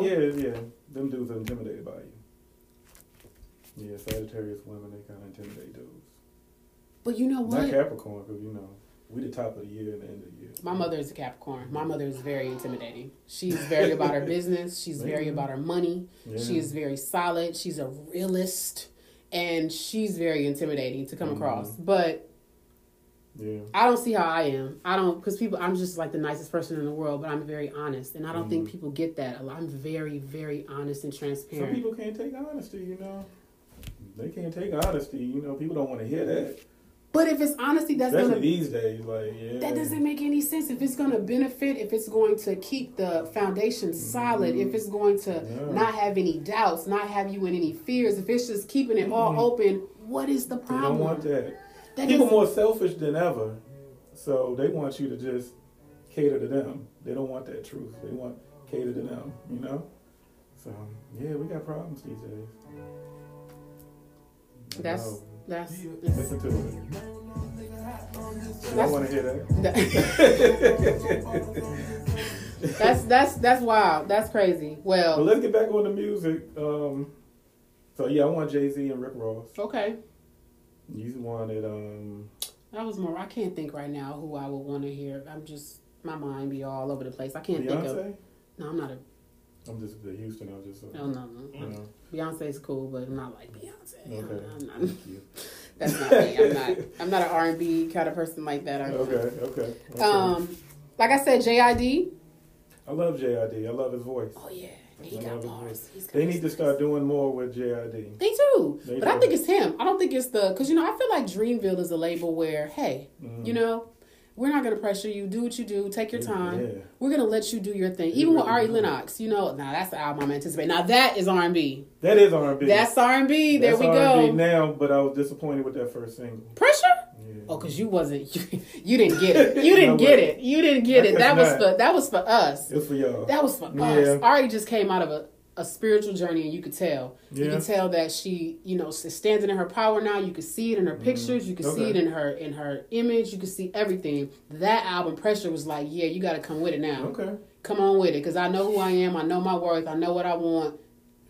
[SPEAKER 4] So
[SPEAKER 3] yeah, yeah. Them dudes are intimidated by you. Yeah, Sagittarius women they kind of intimidate dudes.
[SPEAKER 4] but you know
[SPEAKER 3] Not
[SPEAKER 4] what?
[SPEAKER 3] Capricorn, because you know we the top of the year and the end of the year.
[SPEAKER 4] My mother is a Capricorn. My mother is very intimidating. She's very about her business. She's very
[SPEAKER 3] Yeah.
[SPEAKER 4] about her money.
[SPEAKER 3] Yeah.
[SPEAKER 4] She is very solid. She's a realist. And she's very intimidating to come
[SPEAKER 3] Mm-hmm.
[SPEAKER 4] across. But
[SPEAKER 3] Yeah.
[SPEAKER 4] I don't see how I am. I don't, because people, I'm just like the nicest person in the world, but I'm very honest. And I don't
[SPEAKER 3] Mm-hmm.
[SPEAKER 4] think people get that. a lot. I'm very, very honest and
[SPEAKER 3] Some
[SPEAKER 4] transparent.
[SPEAKER 3] people can't take honesty, you know. They can't take honesty, you know. People don't want to hear that,
[SPEAKER 4] but if it's honesty, that's
[SPEAKER 3] especially
[SPEAKER 4] going to
[SPEAKER 3] these days. Like, yeah,
[SPEAKER 4] That doesn't make any sense. If it's going to benefit, if it's going to keep the foundation solid, if it's going to
[SPEAKER 3] Mm-hmm. Yeah.
[SPEAKER 4] not have any doubts, not have you in any fears, if it's just keeping it all open, what is the
[SPEAKER 3] Mm-hmm. They
[SPEAKER 4] problem?
[SPEAKER 3] don't want that.
[SPEAKER 4] That
[SPEAKER 3] people
[SPEAKER 4] doesn't-
[SPEAKER 3] more selfish than ever, so they want you to just cater to them. They don't want that truth. They want cater to them, you know. So yeah, we got problems these days. I
[SPEAKER 4] That's
[SPEAKER 3] know.
[SPEAKER 4] that's.
[SPEAKER 3] listen to it. You don't
[SPEAKER 4] That's-
[SPEAKER 3] want to hear that.
[SPEAKER 4] that's that's that's wild. That's crazy.
[SPEAKER 3] But
[SPEAKER 4] Well,
[SPEAKER 3] let's get back on the music. Um, so yeah, I want Jay Z and Rick Ross.
[SPEAKER 4] okay.
[SPEAKER 3] You wanted um.
[SPEAKER 4] That was more. I can't think right now who I would want to hear. I'm just my mind be all over the place. I can't think of.
[SPEAKER 3] Beyonce?
[SPEAKER 4] No, I'm not a.
[SPEAKER 3] I'm just the Houston. I'm just. Uh,
[SPEAKER 4] No, no, no.
[SPEAKER 3] You know,
[SPEAKER 4] Beyonce's cool, but I'm not like Beyonce.
[SPEAKER 3] okay.
[SPEAKER 4] I'm not- I'm not-
[SPEAKER 3] Thank you.
[SPEAKER 4] That's not me. I'm not. I'm not an R and B kind of person like that. I don't know.
[SPEAKER 3] Okay, okay. okay.
[SPEAKER 4] Um, like I said, JID.
[SPEAKER 3] I love JID. I love his voice.
[SPEAKER 4] Oh yeah, he
[SPEAKER 3] I
[SPEAKER 4] got
[SPEAKER 3] love his
[SPEAKER 4] bars.
[SPEAKER 3] voice.
[SPEAKER 4] He's got
[SPEAKER 3] They need
[SPEAKER 4] his
[SPEAKER 3] to
[SPEAKER 4] bars.
[SPEAKER 3] start doing more with JID.
[SPEAKER 4] They do,
[SPEAKER 3] They
[SPEAKER 4] but I
[SPEAKER 3] do.
[SPEAKER 4] think it's him. I don't think it's the because you know I feel like Dreamville is a label where hey,
[SPEAKER 3] Mm-hmm. Mm.
[SPEAKER 4] you know, we're not gonna pressure you. Do what you do. Take your
[SPEAKER 3] Yeah,
[SPEAKER 4] time.
[SPEAKER 3] yeah.
[SPEAKER 4] We're gonna let you do your thing. Even with
[SPEAKER 3] really
[SPEAKER 4] Ari
[SPEAKER 3] do.
[SPEAKER 4] Lennox, you know, now that's the album I'm anticipating. Now that is R and B.
[SPEAKER 3] That is R&B.
[SPEAKER 4] That's R and B. There
[SPEAKER 3] That's
[SPEAKER 4] we
[SPEAKER 3] R&B
[SPEAKER 4] go.
[SPEAKER 3] now, but I was disappointed with that first single.
[SPEAKER 4] Pressure.
[SPEAKER 3] Yeah.
[SPEAKER 4] Oh, cause you wasn't you, you didn't get it. You didn't
[SPEAKER 3] No
[SPEAKER 4] get
[SPEAKER 3] way.
[SPEAKER 4] it. You didn't get it.
[SPEAKER 3] That's
[SPEAKER 4] That was
[SPEAKER 3] not-
[SPEAKER 4] for that was for us.
[SPEAKER 3] It's for y'all.
[SPEAKER 4] That was for
[SPEAKER 3] Yeah.
[SPEAKER 4] us. Ari just came out of a, a spiritual journey, and you could tell. You
[SPEAKER 3] Yeah.
[SPEAKER 4] could tell that she, you know, is standing in her power now. You could see it in her pictures. You could see
[SPEAKER 3] Mm-hmm. Okay.
[SPEAKER 4] it in her in her image. You could see everything. That album pressure was like, yeah, you got to come with it now.
[SPEAKER 3] okay.
[SPEAKER 4] Come on with it, cause I know who I am. I know my worth. I know what I want.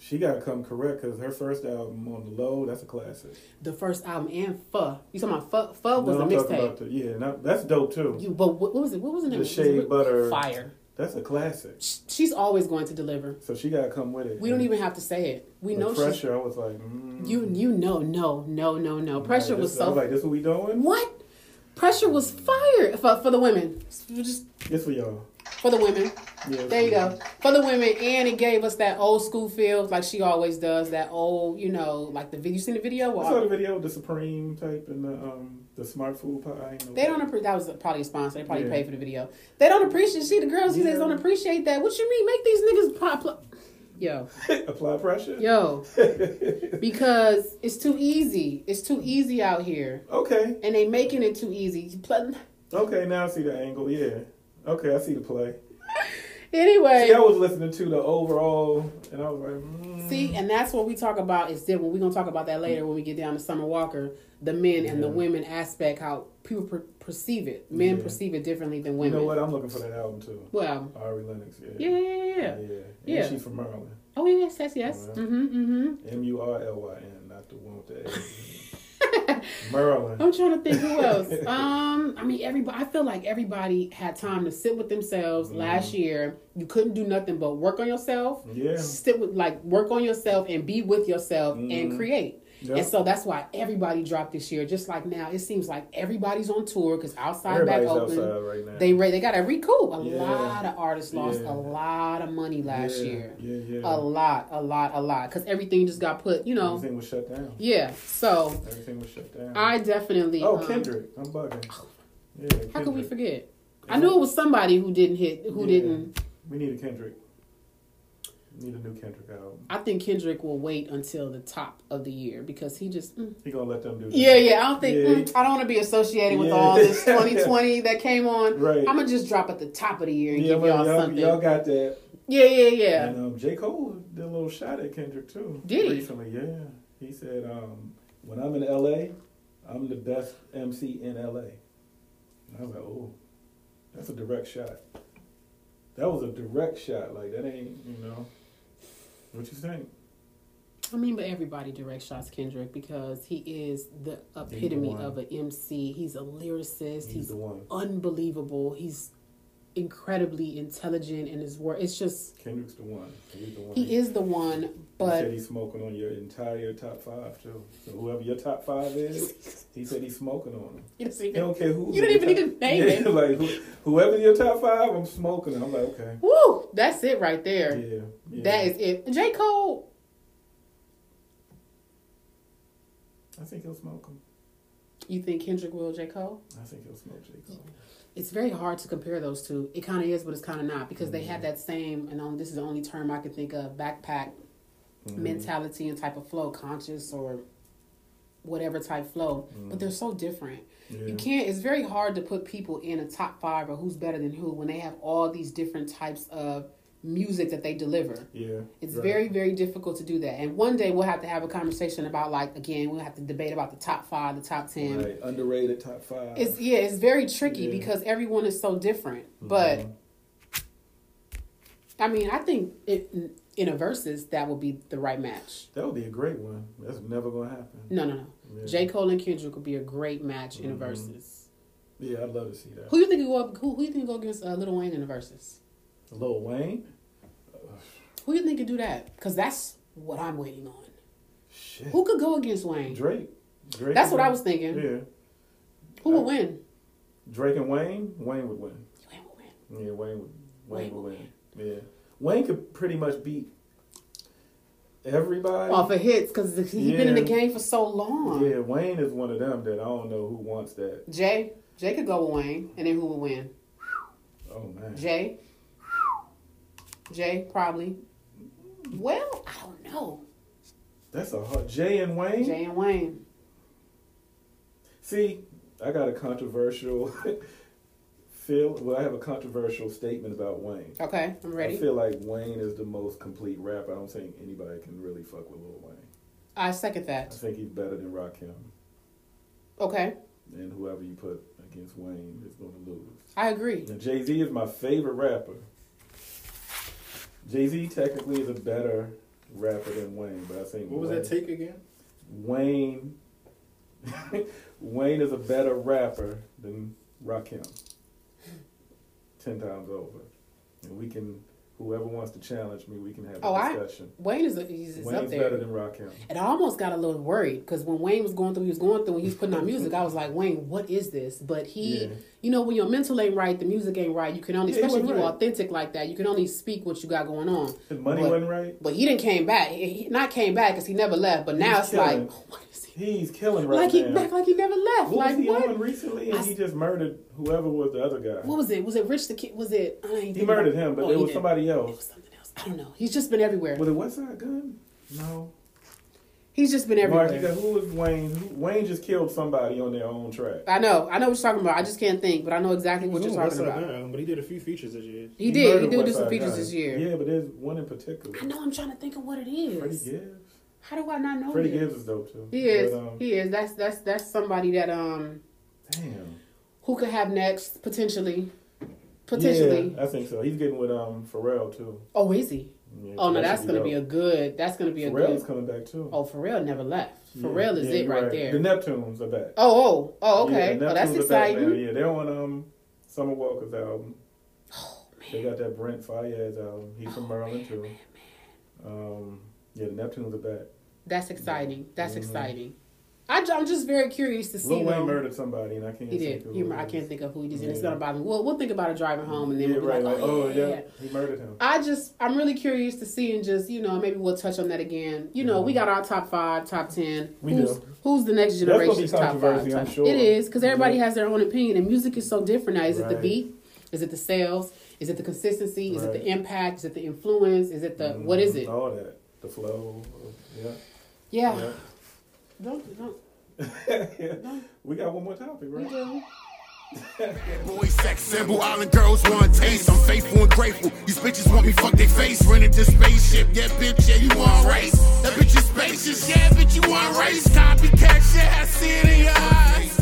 [SPEAKER 3] She got to come correct because her first album, On the Low, that's a classic.
[SPEAKER 4] The first album and Fuh. You talking about Fuh? Fuh was
[SPEAKER 3] No,
[SPEAKER 4] a
[SPEAKER 3] I'm talking about
[SPEAKER 4] mixtape.
[SPEAKER 3] the, yeah, now, that's dope too.
[SPEAKER 4] You, but what, what was it? What was the name?
[SPEAKER 3] The
[SPEAKER 4] It was
[SPEAKER 3] Shea
[SPEAKER 4] with-
[SPEAKER 3] Butter.
[SPEAKER 4] Fire.
[SPEAKER 3] That's a classic.
[SPEAKER 4] Sh- She's always going to deliver.
[SPEAKER 3] So she got to come with it.
[SPEAKER 4] We don't
[SPEAKER 3] And
[SPEAKER 4] even have to say it. We
[SPEAKER 3] with
[SPEAKER 4] know she's
[SPEAKER 3] pressure. I was like, mm,
[SPEAKER 4] You you know no no no no pressure
[SPEAKER 3] like,
[SPEAKER 4] was
[SPEAKER 3] this- I
[SPEAKER 4] so
[SPEAKER 3] was like, this what we doing?
[SPEAKER 4] what pressure was fire for, for the women just
[SPEAKER 3] It's for y'all.
[SPEAKER 4] for the women
[SPEAKER 3] Yeah,
[SPEAKER 4] there you go for the women and it gave us that old school feel like she always does that old you know like the video you seen the video
[SPEAKER 3] I saw the
[SPEAKER 4] well,
[SPEAKER 3] video, the Supreme type and the um the smart food pie. I ain't know
[SPEAKER 4] they don't
[SPEAKER 3] what-
[SPEAKER 4] appreciate that was probably a sponsor they probably
[SPEAKER 3] Yeah.
[SPEAKER 4] paid for the video they don't appreciate see the girls these
[SPEAKER 3] Yeah.
[SPEAKER 4] days don't appreciate that what you mean make these niggas pop pop- yo
[SPEAKER 3] apply pressure.
[SPEAKER 4] yo because it's too easy it's too easy out here
[SPEAKER 3] Okay.
[SPEAKER 4] and they making it too easy Pl-
[SPEAKER 3] Okay. Now I see the angle. Yeah. Okay. I see the play.
[SPEAKER 4] anyway
[SPEAKER 3] See, I was listening to the overall, and I was like, mm,
[SPEAKER 4] See, and that's what we talk about is different. We're gonna talk about that later when we get down to Summer Walker, the men and the
[SPEAKER 3] Yeah.
[SPEAKER 4] women aspect, how people per- perceive it. Men
[SPEAKER 3] Yeah.
[SPEAKER 4] perceive it differently than
[SPEAKER 3] you
[SPEAKER 4] women.
[SPEAKER 3] know what? I'm looking for that album too.
[SPEAKER 4] Well,
[SPEAKER 3] Ari Lennox. Yeah.
[SPEAKER 4] yeah, yeah, yeah, yeah.
[SPEAKER 3] Yeah.
[SPEAKER 4] Yeah.
[SPEAKER 3] And she's from Maryland.
[SPEAKER 4] Oh yes, yes, yes.
[SPEAKER 3] Alright.
[SPEAKER 4] Mm-hmm, mm-hmm.
[SPEAKER 3] M U R L Y N, not the one with the A. Maryland.
[SPEAKER 4] I'm trying to think who else. um, I mean, everybody. I feel like everybody had time to sit with themselves
[SPEAKER 3] Mm-hmm.
[SPEAKER 4] last year. You couldn't do nothing but work on yourself.
[SPEAKER 3] Yeah.
[SPEAKER 4] Sit with like work on yourself and be with yourself and
[SPEAKER 3] Mhm.
[SPEAKER 4] create.
[SPEAKER 3] Yep.
[SPEAKER 4] And so that's why everybody dropped this year. Just like now, it seems like everybody's on tour because outside
[SPEAKER 3] Everybody's
[SPEAKER 4] back open,
[SPEAKER 3] outside right now.
[SPEAKER 4] they ra- they got to recoup. A
[SPEAKER 3] Yeah.
[SPEAKER 4] lot of artists lost
[SPEAKER 3] Yeah.
[SPEAKER 4] a lot of money last
[SPEAKER 3] yeah,
[SPEAKER 4] year.
[SPEAKER 3] Yeah, yeah.
[SPEAKER 4] A lot, a lot, a lot, because everything just got put. You know,
[SPEAKER 3] Everything was shut down.
[SPEAKER 4] yeah. So
[SPEAKER 3] Everything was shut down.
[SPEAKER 4] I definitely.
[SPEAKER 3] oh,
[SPEAKER 4] um, Oh.
[SPEAKER 3] Kendrick. I'm bugging. Yeah,
[SPEAKER 4] How could we
[SPEAKER 3] Kendrick.
[SPEAKER 4] forget? I knew it was somebody who didn't hit. Who
[SPEAKER 3] Yeah.
[SPEAKER 4] didn't?
[SPEAKER 3] We need a Kendrick. We need a new Kendrick album.
[SPEAKER 4] I think Kendrick will wait until the top of the year because he just. mm.
[SPEAKER 3] He gonna let them do that.
[SPEAKER 4] Yeah, yeah. I don't think
[SPEAKER 3] Yeah.
[SPEAKER 4] mm, I don't want to be associated with
[SPEAKER 3] Yeah.
[SPEAKER 4] all this 2020 that came on.
[SPEAKER 3] Right.
[SPEAKER 4] I'm gonna just drop at the top of the year and
[SPEAKER 3] Yeah,
[SPEAKER 4] give
[SPEAKER 3] well,
[SPEAKER 4] y'all,
[SPEAKER 3] y'all,
[SPEAKER 4] something.
[SPEAKER 3] y'all got that.
[SPEAKER 4] yeah, yeah, yeah.
[SPEAKER 3] And um, J. Cole did a little shot at Kendrick too.
[SPEAKER 4] Did he?
[SPEAKER 3] recently, yeah. He said, um, when I'm in LA, I'm the best MC in LA. And I was like, oh, that's a direct shot. That was a direct shot. Like that ain't, you know. What you think?
[SPEAKER 4] I mean, but everybody direct shots Kendrick because he is the
[SPEAKER 3] the
[SPEAKER 4] epitome
[SPEAKER 3] one.
[SPEAKER 4] of an MC. He's a lyricist.
[SPEAKER 3] He's,
[SPEAKER 4] He's,
[SPEAKER 3] the one.
[SPEAKER 4] unbelievable. He's incredibly intelligent in his work. It's just
[SPEAKER 3] Kendrick's the one. He's the one.
[SPEAKER 4] he is the one.
[SPEAKER 3] He said
[SPEAKER 4] But
[SPEAKER 3] he's smoking on your entire top five too. So whoever your top five is, he said he's smoking on them.
[SPEAKER 4] he doesn't
[SPEAKER 3] He don't
[SPEAKER 4] even.
[SPEAKER 3] care who.
[SPEAKER 4] You don't even need to name
[SPEAKER 3] yeah,
[SPEAKER 4] it.
[SPEAKER 3] Like who, whoever your top five, I'm smoking. I'm like, okay.
[SPEAKER 4] Woo! That's it right there.
[SPEAKER 3] Yeah, yeah.
[SPEAKER 4] That is it. J Cole.
[SPEAKER 3] I think he'll smoke him.
[SPEAKER 4] You think Kendrick will J Cole?
[SPEAKER 3] I think he'll smoke J Cole.
[SPEAKER 4] it's very hard to compare those two. It kind of is, but it's kind of not because they
[SPEAKER 3] Mm-hmm.
[SPEAKER 4] have that same. And on, this is the only term I can think of: backpack
[SPEAKER 3] Mm-hmm.
[SPEAKER 4] mentality and type of flow, conscious or whatever type flow. But they're so different.
[SPEAKER 3] Mm-hmm. Yeah.
[SPEAKER 4] You can't. It's very hard to put people in a top five or who's better than who when they have all these different types of music that they deliver.
[SPEAKER 3] Yeah,
[SPEAKER 4] It's
[SPEAKER 3] right.
[SPEAKER 4] very, very difficult to do that. And one day we'll have to have a conversation about like again, we'll have to debate about the top five, the top ten.
[SPEAKER 3] right. underrated top five.
[SPEAKER 4] It's yeah, it's very tricky
[SPEAKER 3] Yeah.
[SPEAKER 4] because everyone is so different.
[SPEAKER 3] Mm-hmm.
[SPEAKER 4] But I mean, I think it, in a versus that would be the right match.
[SPEAKER 3] that would be a great one. That's never gonna happen.
[SPEAKER 4] No, no, no.
[SPEAKER 3] Yeah. Mm-hmm.
[SPEAKER 4] J Cole and Kendrick would be a great match in a versus.
[SPEAKER 3] Yeah, I'd love to see that.
[SPEAKER 4] Who you think will go up? Who, who you think will go against uh, Little Wayne in a versus?
[SPEAKER 3] Lil Wayne.
[SPEAKER 4] Who you think could do that? Because that's what I'm waiting on.
[SPEAKER 3] Shit.
[SPEAKER 4] Who could go against Wayne?
[SPEAKER 3] Drake. Drake
[SPEAKER 4] That's
[SPEAKER 3] and
[SPEAKER 4] what I
[SPEAKER 3] Wayne-
[SPEAKER 4] was thinking.
[SPEAKER 3] Yeah,
[SPEAKER 4] Who would win?
[SPEAKER 3] Drake and Wayne. Wayne would win.
[SPEAKER 4] Wayne would win.
[SPEAKER 3] Yeah, Wayne would. Wayne,
[SPEAKER 4] Wayne
[SPEAKER 3] would
[SPEAKER 4] would
[SPEAKER 3] win. Yeah, Wayne could pretty much beat everybody.
[SPEAKER 4] Off of hits because he's been in the
[SPEAKER 3] Yeah.
[SPEAKER 4] game for so long.
[SPEAKER 3] yeah, Wayne is one of them that I don't know who wants that.
[SPEAKER 4] Jay, Jay could go with Wayne, and then who would win?
[SPEAKER 3] Oh man,
[SPEAKER 4] Jay, Jay probably. Well, I don't know.
[SPEAKER 3] that's a hard. Jay and Wayne.
[SPEAKER 4] Jay and Wayne.
[SPEAKER 3] See, I got a controversial feel. Well, I have a controversial statement about Wayne.
[SPEAKER 4] Okay, I'm
[SPEAKER 3] I
[SPEAKER 4] ready.
[SPEAKER 3] feel like Wayne is the most complete rapper. I don't think anybody can really fuck with Lil Wayne.
[SPEAKER 4] I second
[SPEAKER 3] I
[SPEAKER 4] that.
[SPEAKER 3] think he's better than Rakim,
[SPEAKER 4] Okay,
[SPEAKER 3] and whoever you put against Wayne is going to lose.
[SPEAKER 4] I agree.
[SPEAKER 3] And Jay Z is my favorite rapper. Jay Z technically is a better rapper than Wayne, but I think
[SPEAKER 5] What was
[SPEAKER 3] Wayne,
[SPEAKER 5] that take again?
[SPEAKER 3] Wayne Wayne is a better rapper than Rakim. Ten times over, and we can. Whoever wants to challenge me, we can have a
[SPEAKER 4] Oh, I-
[SPEAKER 3] discussion.
[SPEAKER 4] Wayne is he's, he's up
[SPEAKER 3] Wayne's better
[SPEAKER 4] there.
[SPEAKER 3] than Rakim.
[SPEAKER 4] And I almost got a little worried because when Wayne was going through, he was going through, and he was putting out music. I was like, Wayne, what is this? But he,
[SPEAKER 3] Yeah.
[SPEAKER 4] you know, when your mental ain't right, the music ain't right. You can only,
[SPEAKER 3] Yeah, he
[SPEAKER 4] especially if
[SPEAKER 3] wasn't
[SPEAKER 4] you're
[SPEAKER 3] right.
[SPEAKER 4] authentic like that, you can only speak what you got going on.
[SPEAKER 3] His money
[SPEAKER 4] But-
[SPEAKER 3] wasn't right.
[SPEAKER 4] But he didn't came back. He, he- not came back because he never left. But now
[SPEAKER 3] He's
[SPEAKER 4] it's like,
[SPEAKER 3] killing.
[SPEAKER 4] oh, what is he?
[SPEAKER 3] He's killing right
[SPEAKER 4] like he
[SPEAKER 3] now.
[SPEAKER 4] back like he never left.
[SPEAKER 3] What
[SPEAKER 4] like
[SPEAKER 3] was he
[SPEAKER 4] what?
[SPEAKER 3] on recently? And
[SPEAKER 4] I
[SPEAKER 3] he
[SPEAKER 4] s-
[SPEAKER 3] just murdered whoever was the other guy.
[SPEAKER 4] What was it? Was it Rich the Kid? Was it? I ain't
[SPEAKER 3] he
[SPEAKER 4] think about-
[SPEAKER 3] murdered him, but
[SPEAKER 4] Oh,
[SPEAKER 3] it
[SPEAKER 4] he
[SPEAKER 3] was
[SPEAKER 4] did.
[SPEAKER 3] somebody
[SPEAKER 4] It was
[SPEAKER 3] else.
[SPEAKER 4] something else. I don't know. He's just been everywhere.
[SPEAKER 3] Was it West Side Gun? No.
[SPEAKER 4] He's just been
[SPEAKER 3] Mark,
[SPEAKER 4] everywhere.
[SPEAKER 3] you got, who was Wayne? Who- Wayne just killed somebody on their own track.
[SPEAKER 4] I know. I know what you're talking about. I just can't think, but I know exactly what you're talking about.
[SPEAKER 5] But he did a few features this year.
[SPEAKER 4] He, did. He
[SPEAKER 3] murdered
[SPEAKER 4] did do
[SPEAKER 3] West
[SPEAKER 4] some
[SPEAKER 3] Side
[SPEAKER 4] features
[SPEAKER 3] Gun.
[SPEAKER 4] this year.
[SPEAKER 3] Yeah, but there's one in particular.
[SPEAKER 4] I know. I'm trying to think of what it
[SPEAKER 3] Freddie
[SPEAKER 4] is.
[SPEAKER 3] Gibbs.
[SPEAKER 4] How do I not know?
[SPEAKER 3] Freddie
[SPEAKER 4] this?
[SPEAKER 3] Gibbs is dope too.
[SPEAKER 4] He is.
[SPEAKER 3] But, um,
[SPEAKER 4] he is. That's that's that's somebody that um
[SPEAKER 3] damn.
[SPEAKER 4] who could have next potentially, potentially.
[SPEAKER 3] Yeah, I think so. He's getting with um Pharrell too.
[SPEAKER 4] Oh, is he?
[SPEAKER 3] Yeah,
[SPEAKER 4] Oh no,
[SPEAKER 3] that
[SPEAKER 4] that's
[SPEAKER 3] should
[SPEAKER 4] gonna
[SPEAKER 3] dope.
[SPEAKER 4] be a good. That's gonna be a
[SPEAKER 3] Pharrell's
[SPEAKER 4] good.
[SPEAKER 3] coming back too.
[SPEAKER 4] Oh, Pharrell never left.
[SPEAKER 3] Yeah,
[SPEAKER 4] Pharrell is
[SPEAKER 3] yeah,
[SPEAKER 4] it
[SPEAKER 3] you're
[SPEAKER 4] right, there.
[SPEAKER 3] The Neptunes are back.
[SPEAKER 4] oh, oh, oh, okay.
[SPEAKER 3] Yeah,
[SPEAKER 4] oh, that's
[SPEAKER 3] Neptunes are back now.
[SPEAKER 4] exciting.
[SPEAKER 3] Yeah, they're on um Summer Walker's album. They
[SPEAKER 4] Oh, Man,
[SPEAKER 3] got that Brent Fayez album. He's
[SPEAKER 4] Oh,
[SPEAKER 3] from Maryland too. Um, yeah, the Neptunes are back.
[SPEAKER 4] that's exciting. That's
[SPEAKER 3] Mhm.
[SPEAKER 4] exciting. I, am just very curious to see.
[SPEAKER 3] Lil
[SPEAKER 4] though.
[SPEAKER 3] Wayne murdered somebody, and I can't.
[SPEAKER 4] He
[SPEAKER 3] think
[SPEAKER 4] did.
[SPEAKER 3] who
[SPEAKER 4] He,
[SPEAKER 3] it
[SPEAKER 4] mur- I
[SPEAKER 3] was.
[SPEAKER 4] can't think of who he did, and it's
[SPEAKER 3] Yeah.
[SPEAKER 4] gonna bother me. We'll we'll think about it driving home, and then
[SPEAKER 3] Yeah,
[SPEAKER 4] we'll be
[SPEAKER 3] right.
[SPEAKER 4] like, oh, yeah. yeah.
[SPEAKER 3] he murdered him.
[SPEAKER 4] I just, I'm really curious to see, and just you know, maybe we'll touch on that again. You know, we got our top five, top ten.
[SPEAKER 3] We
[SPEAKER 4] who's,
[SPEAKER 3] do.
[SPEAKER 4] Who's the next
[SPEAKER 3] gonna be
[SPEAKER 4] generation's top five?
[SPEAKER 3] controversy, I'm
[SPEAKER 4] top-
[SPEAKER 3] sure.
[SPEAKER 4] It is because everybody
[SPEAKER 3] Yeah.
[SPEAKER 4] has their own opinion, and music is so different now. Is it the
[SPEAKER 3] Right.
[SPEAKER 4] beat? Is it the sales? Is it the consistency? Is it
[SPEAKER 3] Right. Mm,
[SPEAKER 4] the impact? Is it the influence? Is it the what is it?
[SPEAKER 3] Mm-hmm. All that. The flow. Yeah.
[SPEAKER 4] Yeah.
[SPEAKER 3] yeah.
[SPEAKER 4] Don't don't.
[SPEAKER 3] We got one more topic,
[SPEAKER 4] we
[SPEAKER 3] right?
[SPEAKER 4] do.
[SPEAKER 2] Boys, sex symbol, island girls want taste. I'm faithful and grateful. These bitches want me fuck their face. Rented this spaceship, yeah, bitch, yeah, you want race. That bitch is spacious, yeah, bitch, you want race. Copycat, yeah, I see it in your eyes.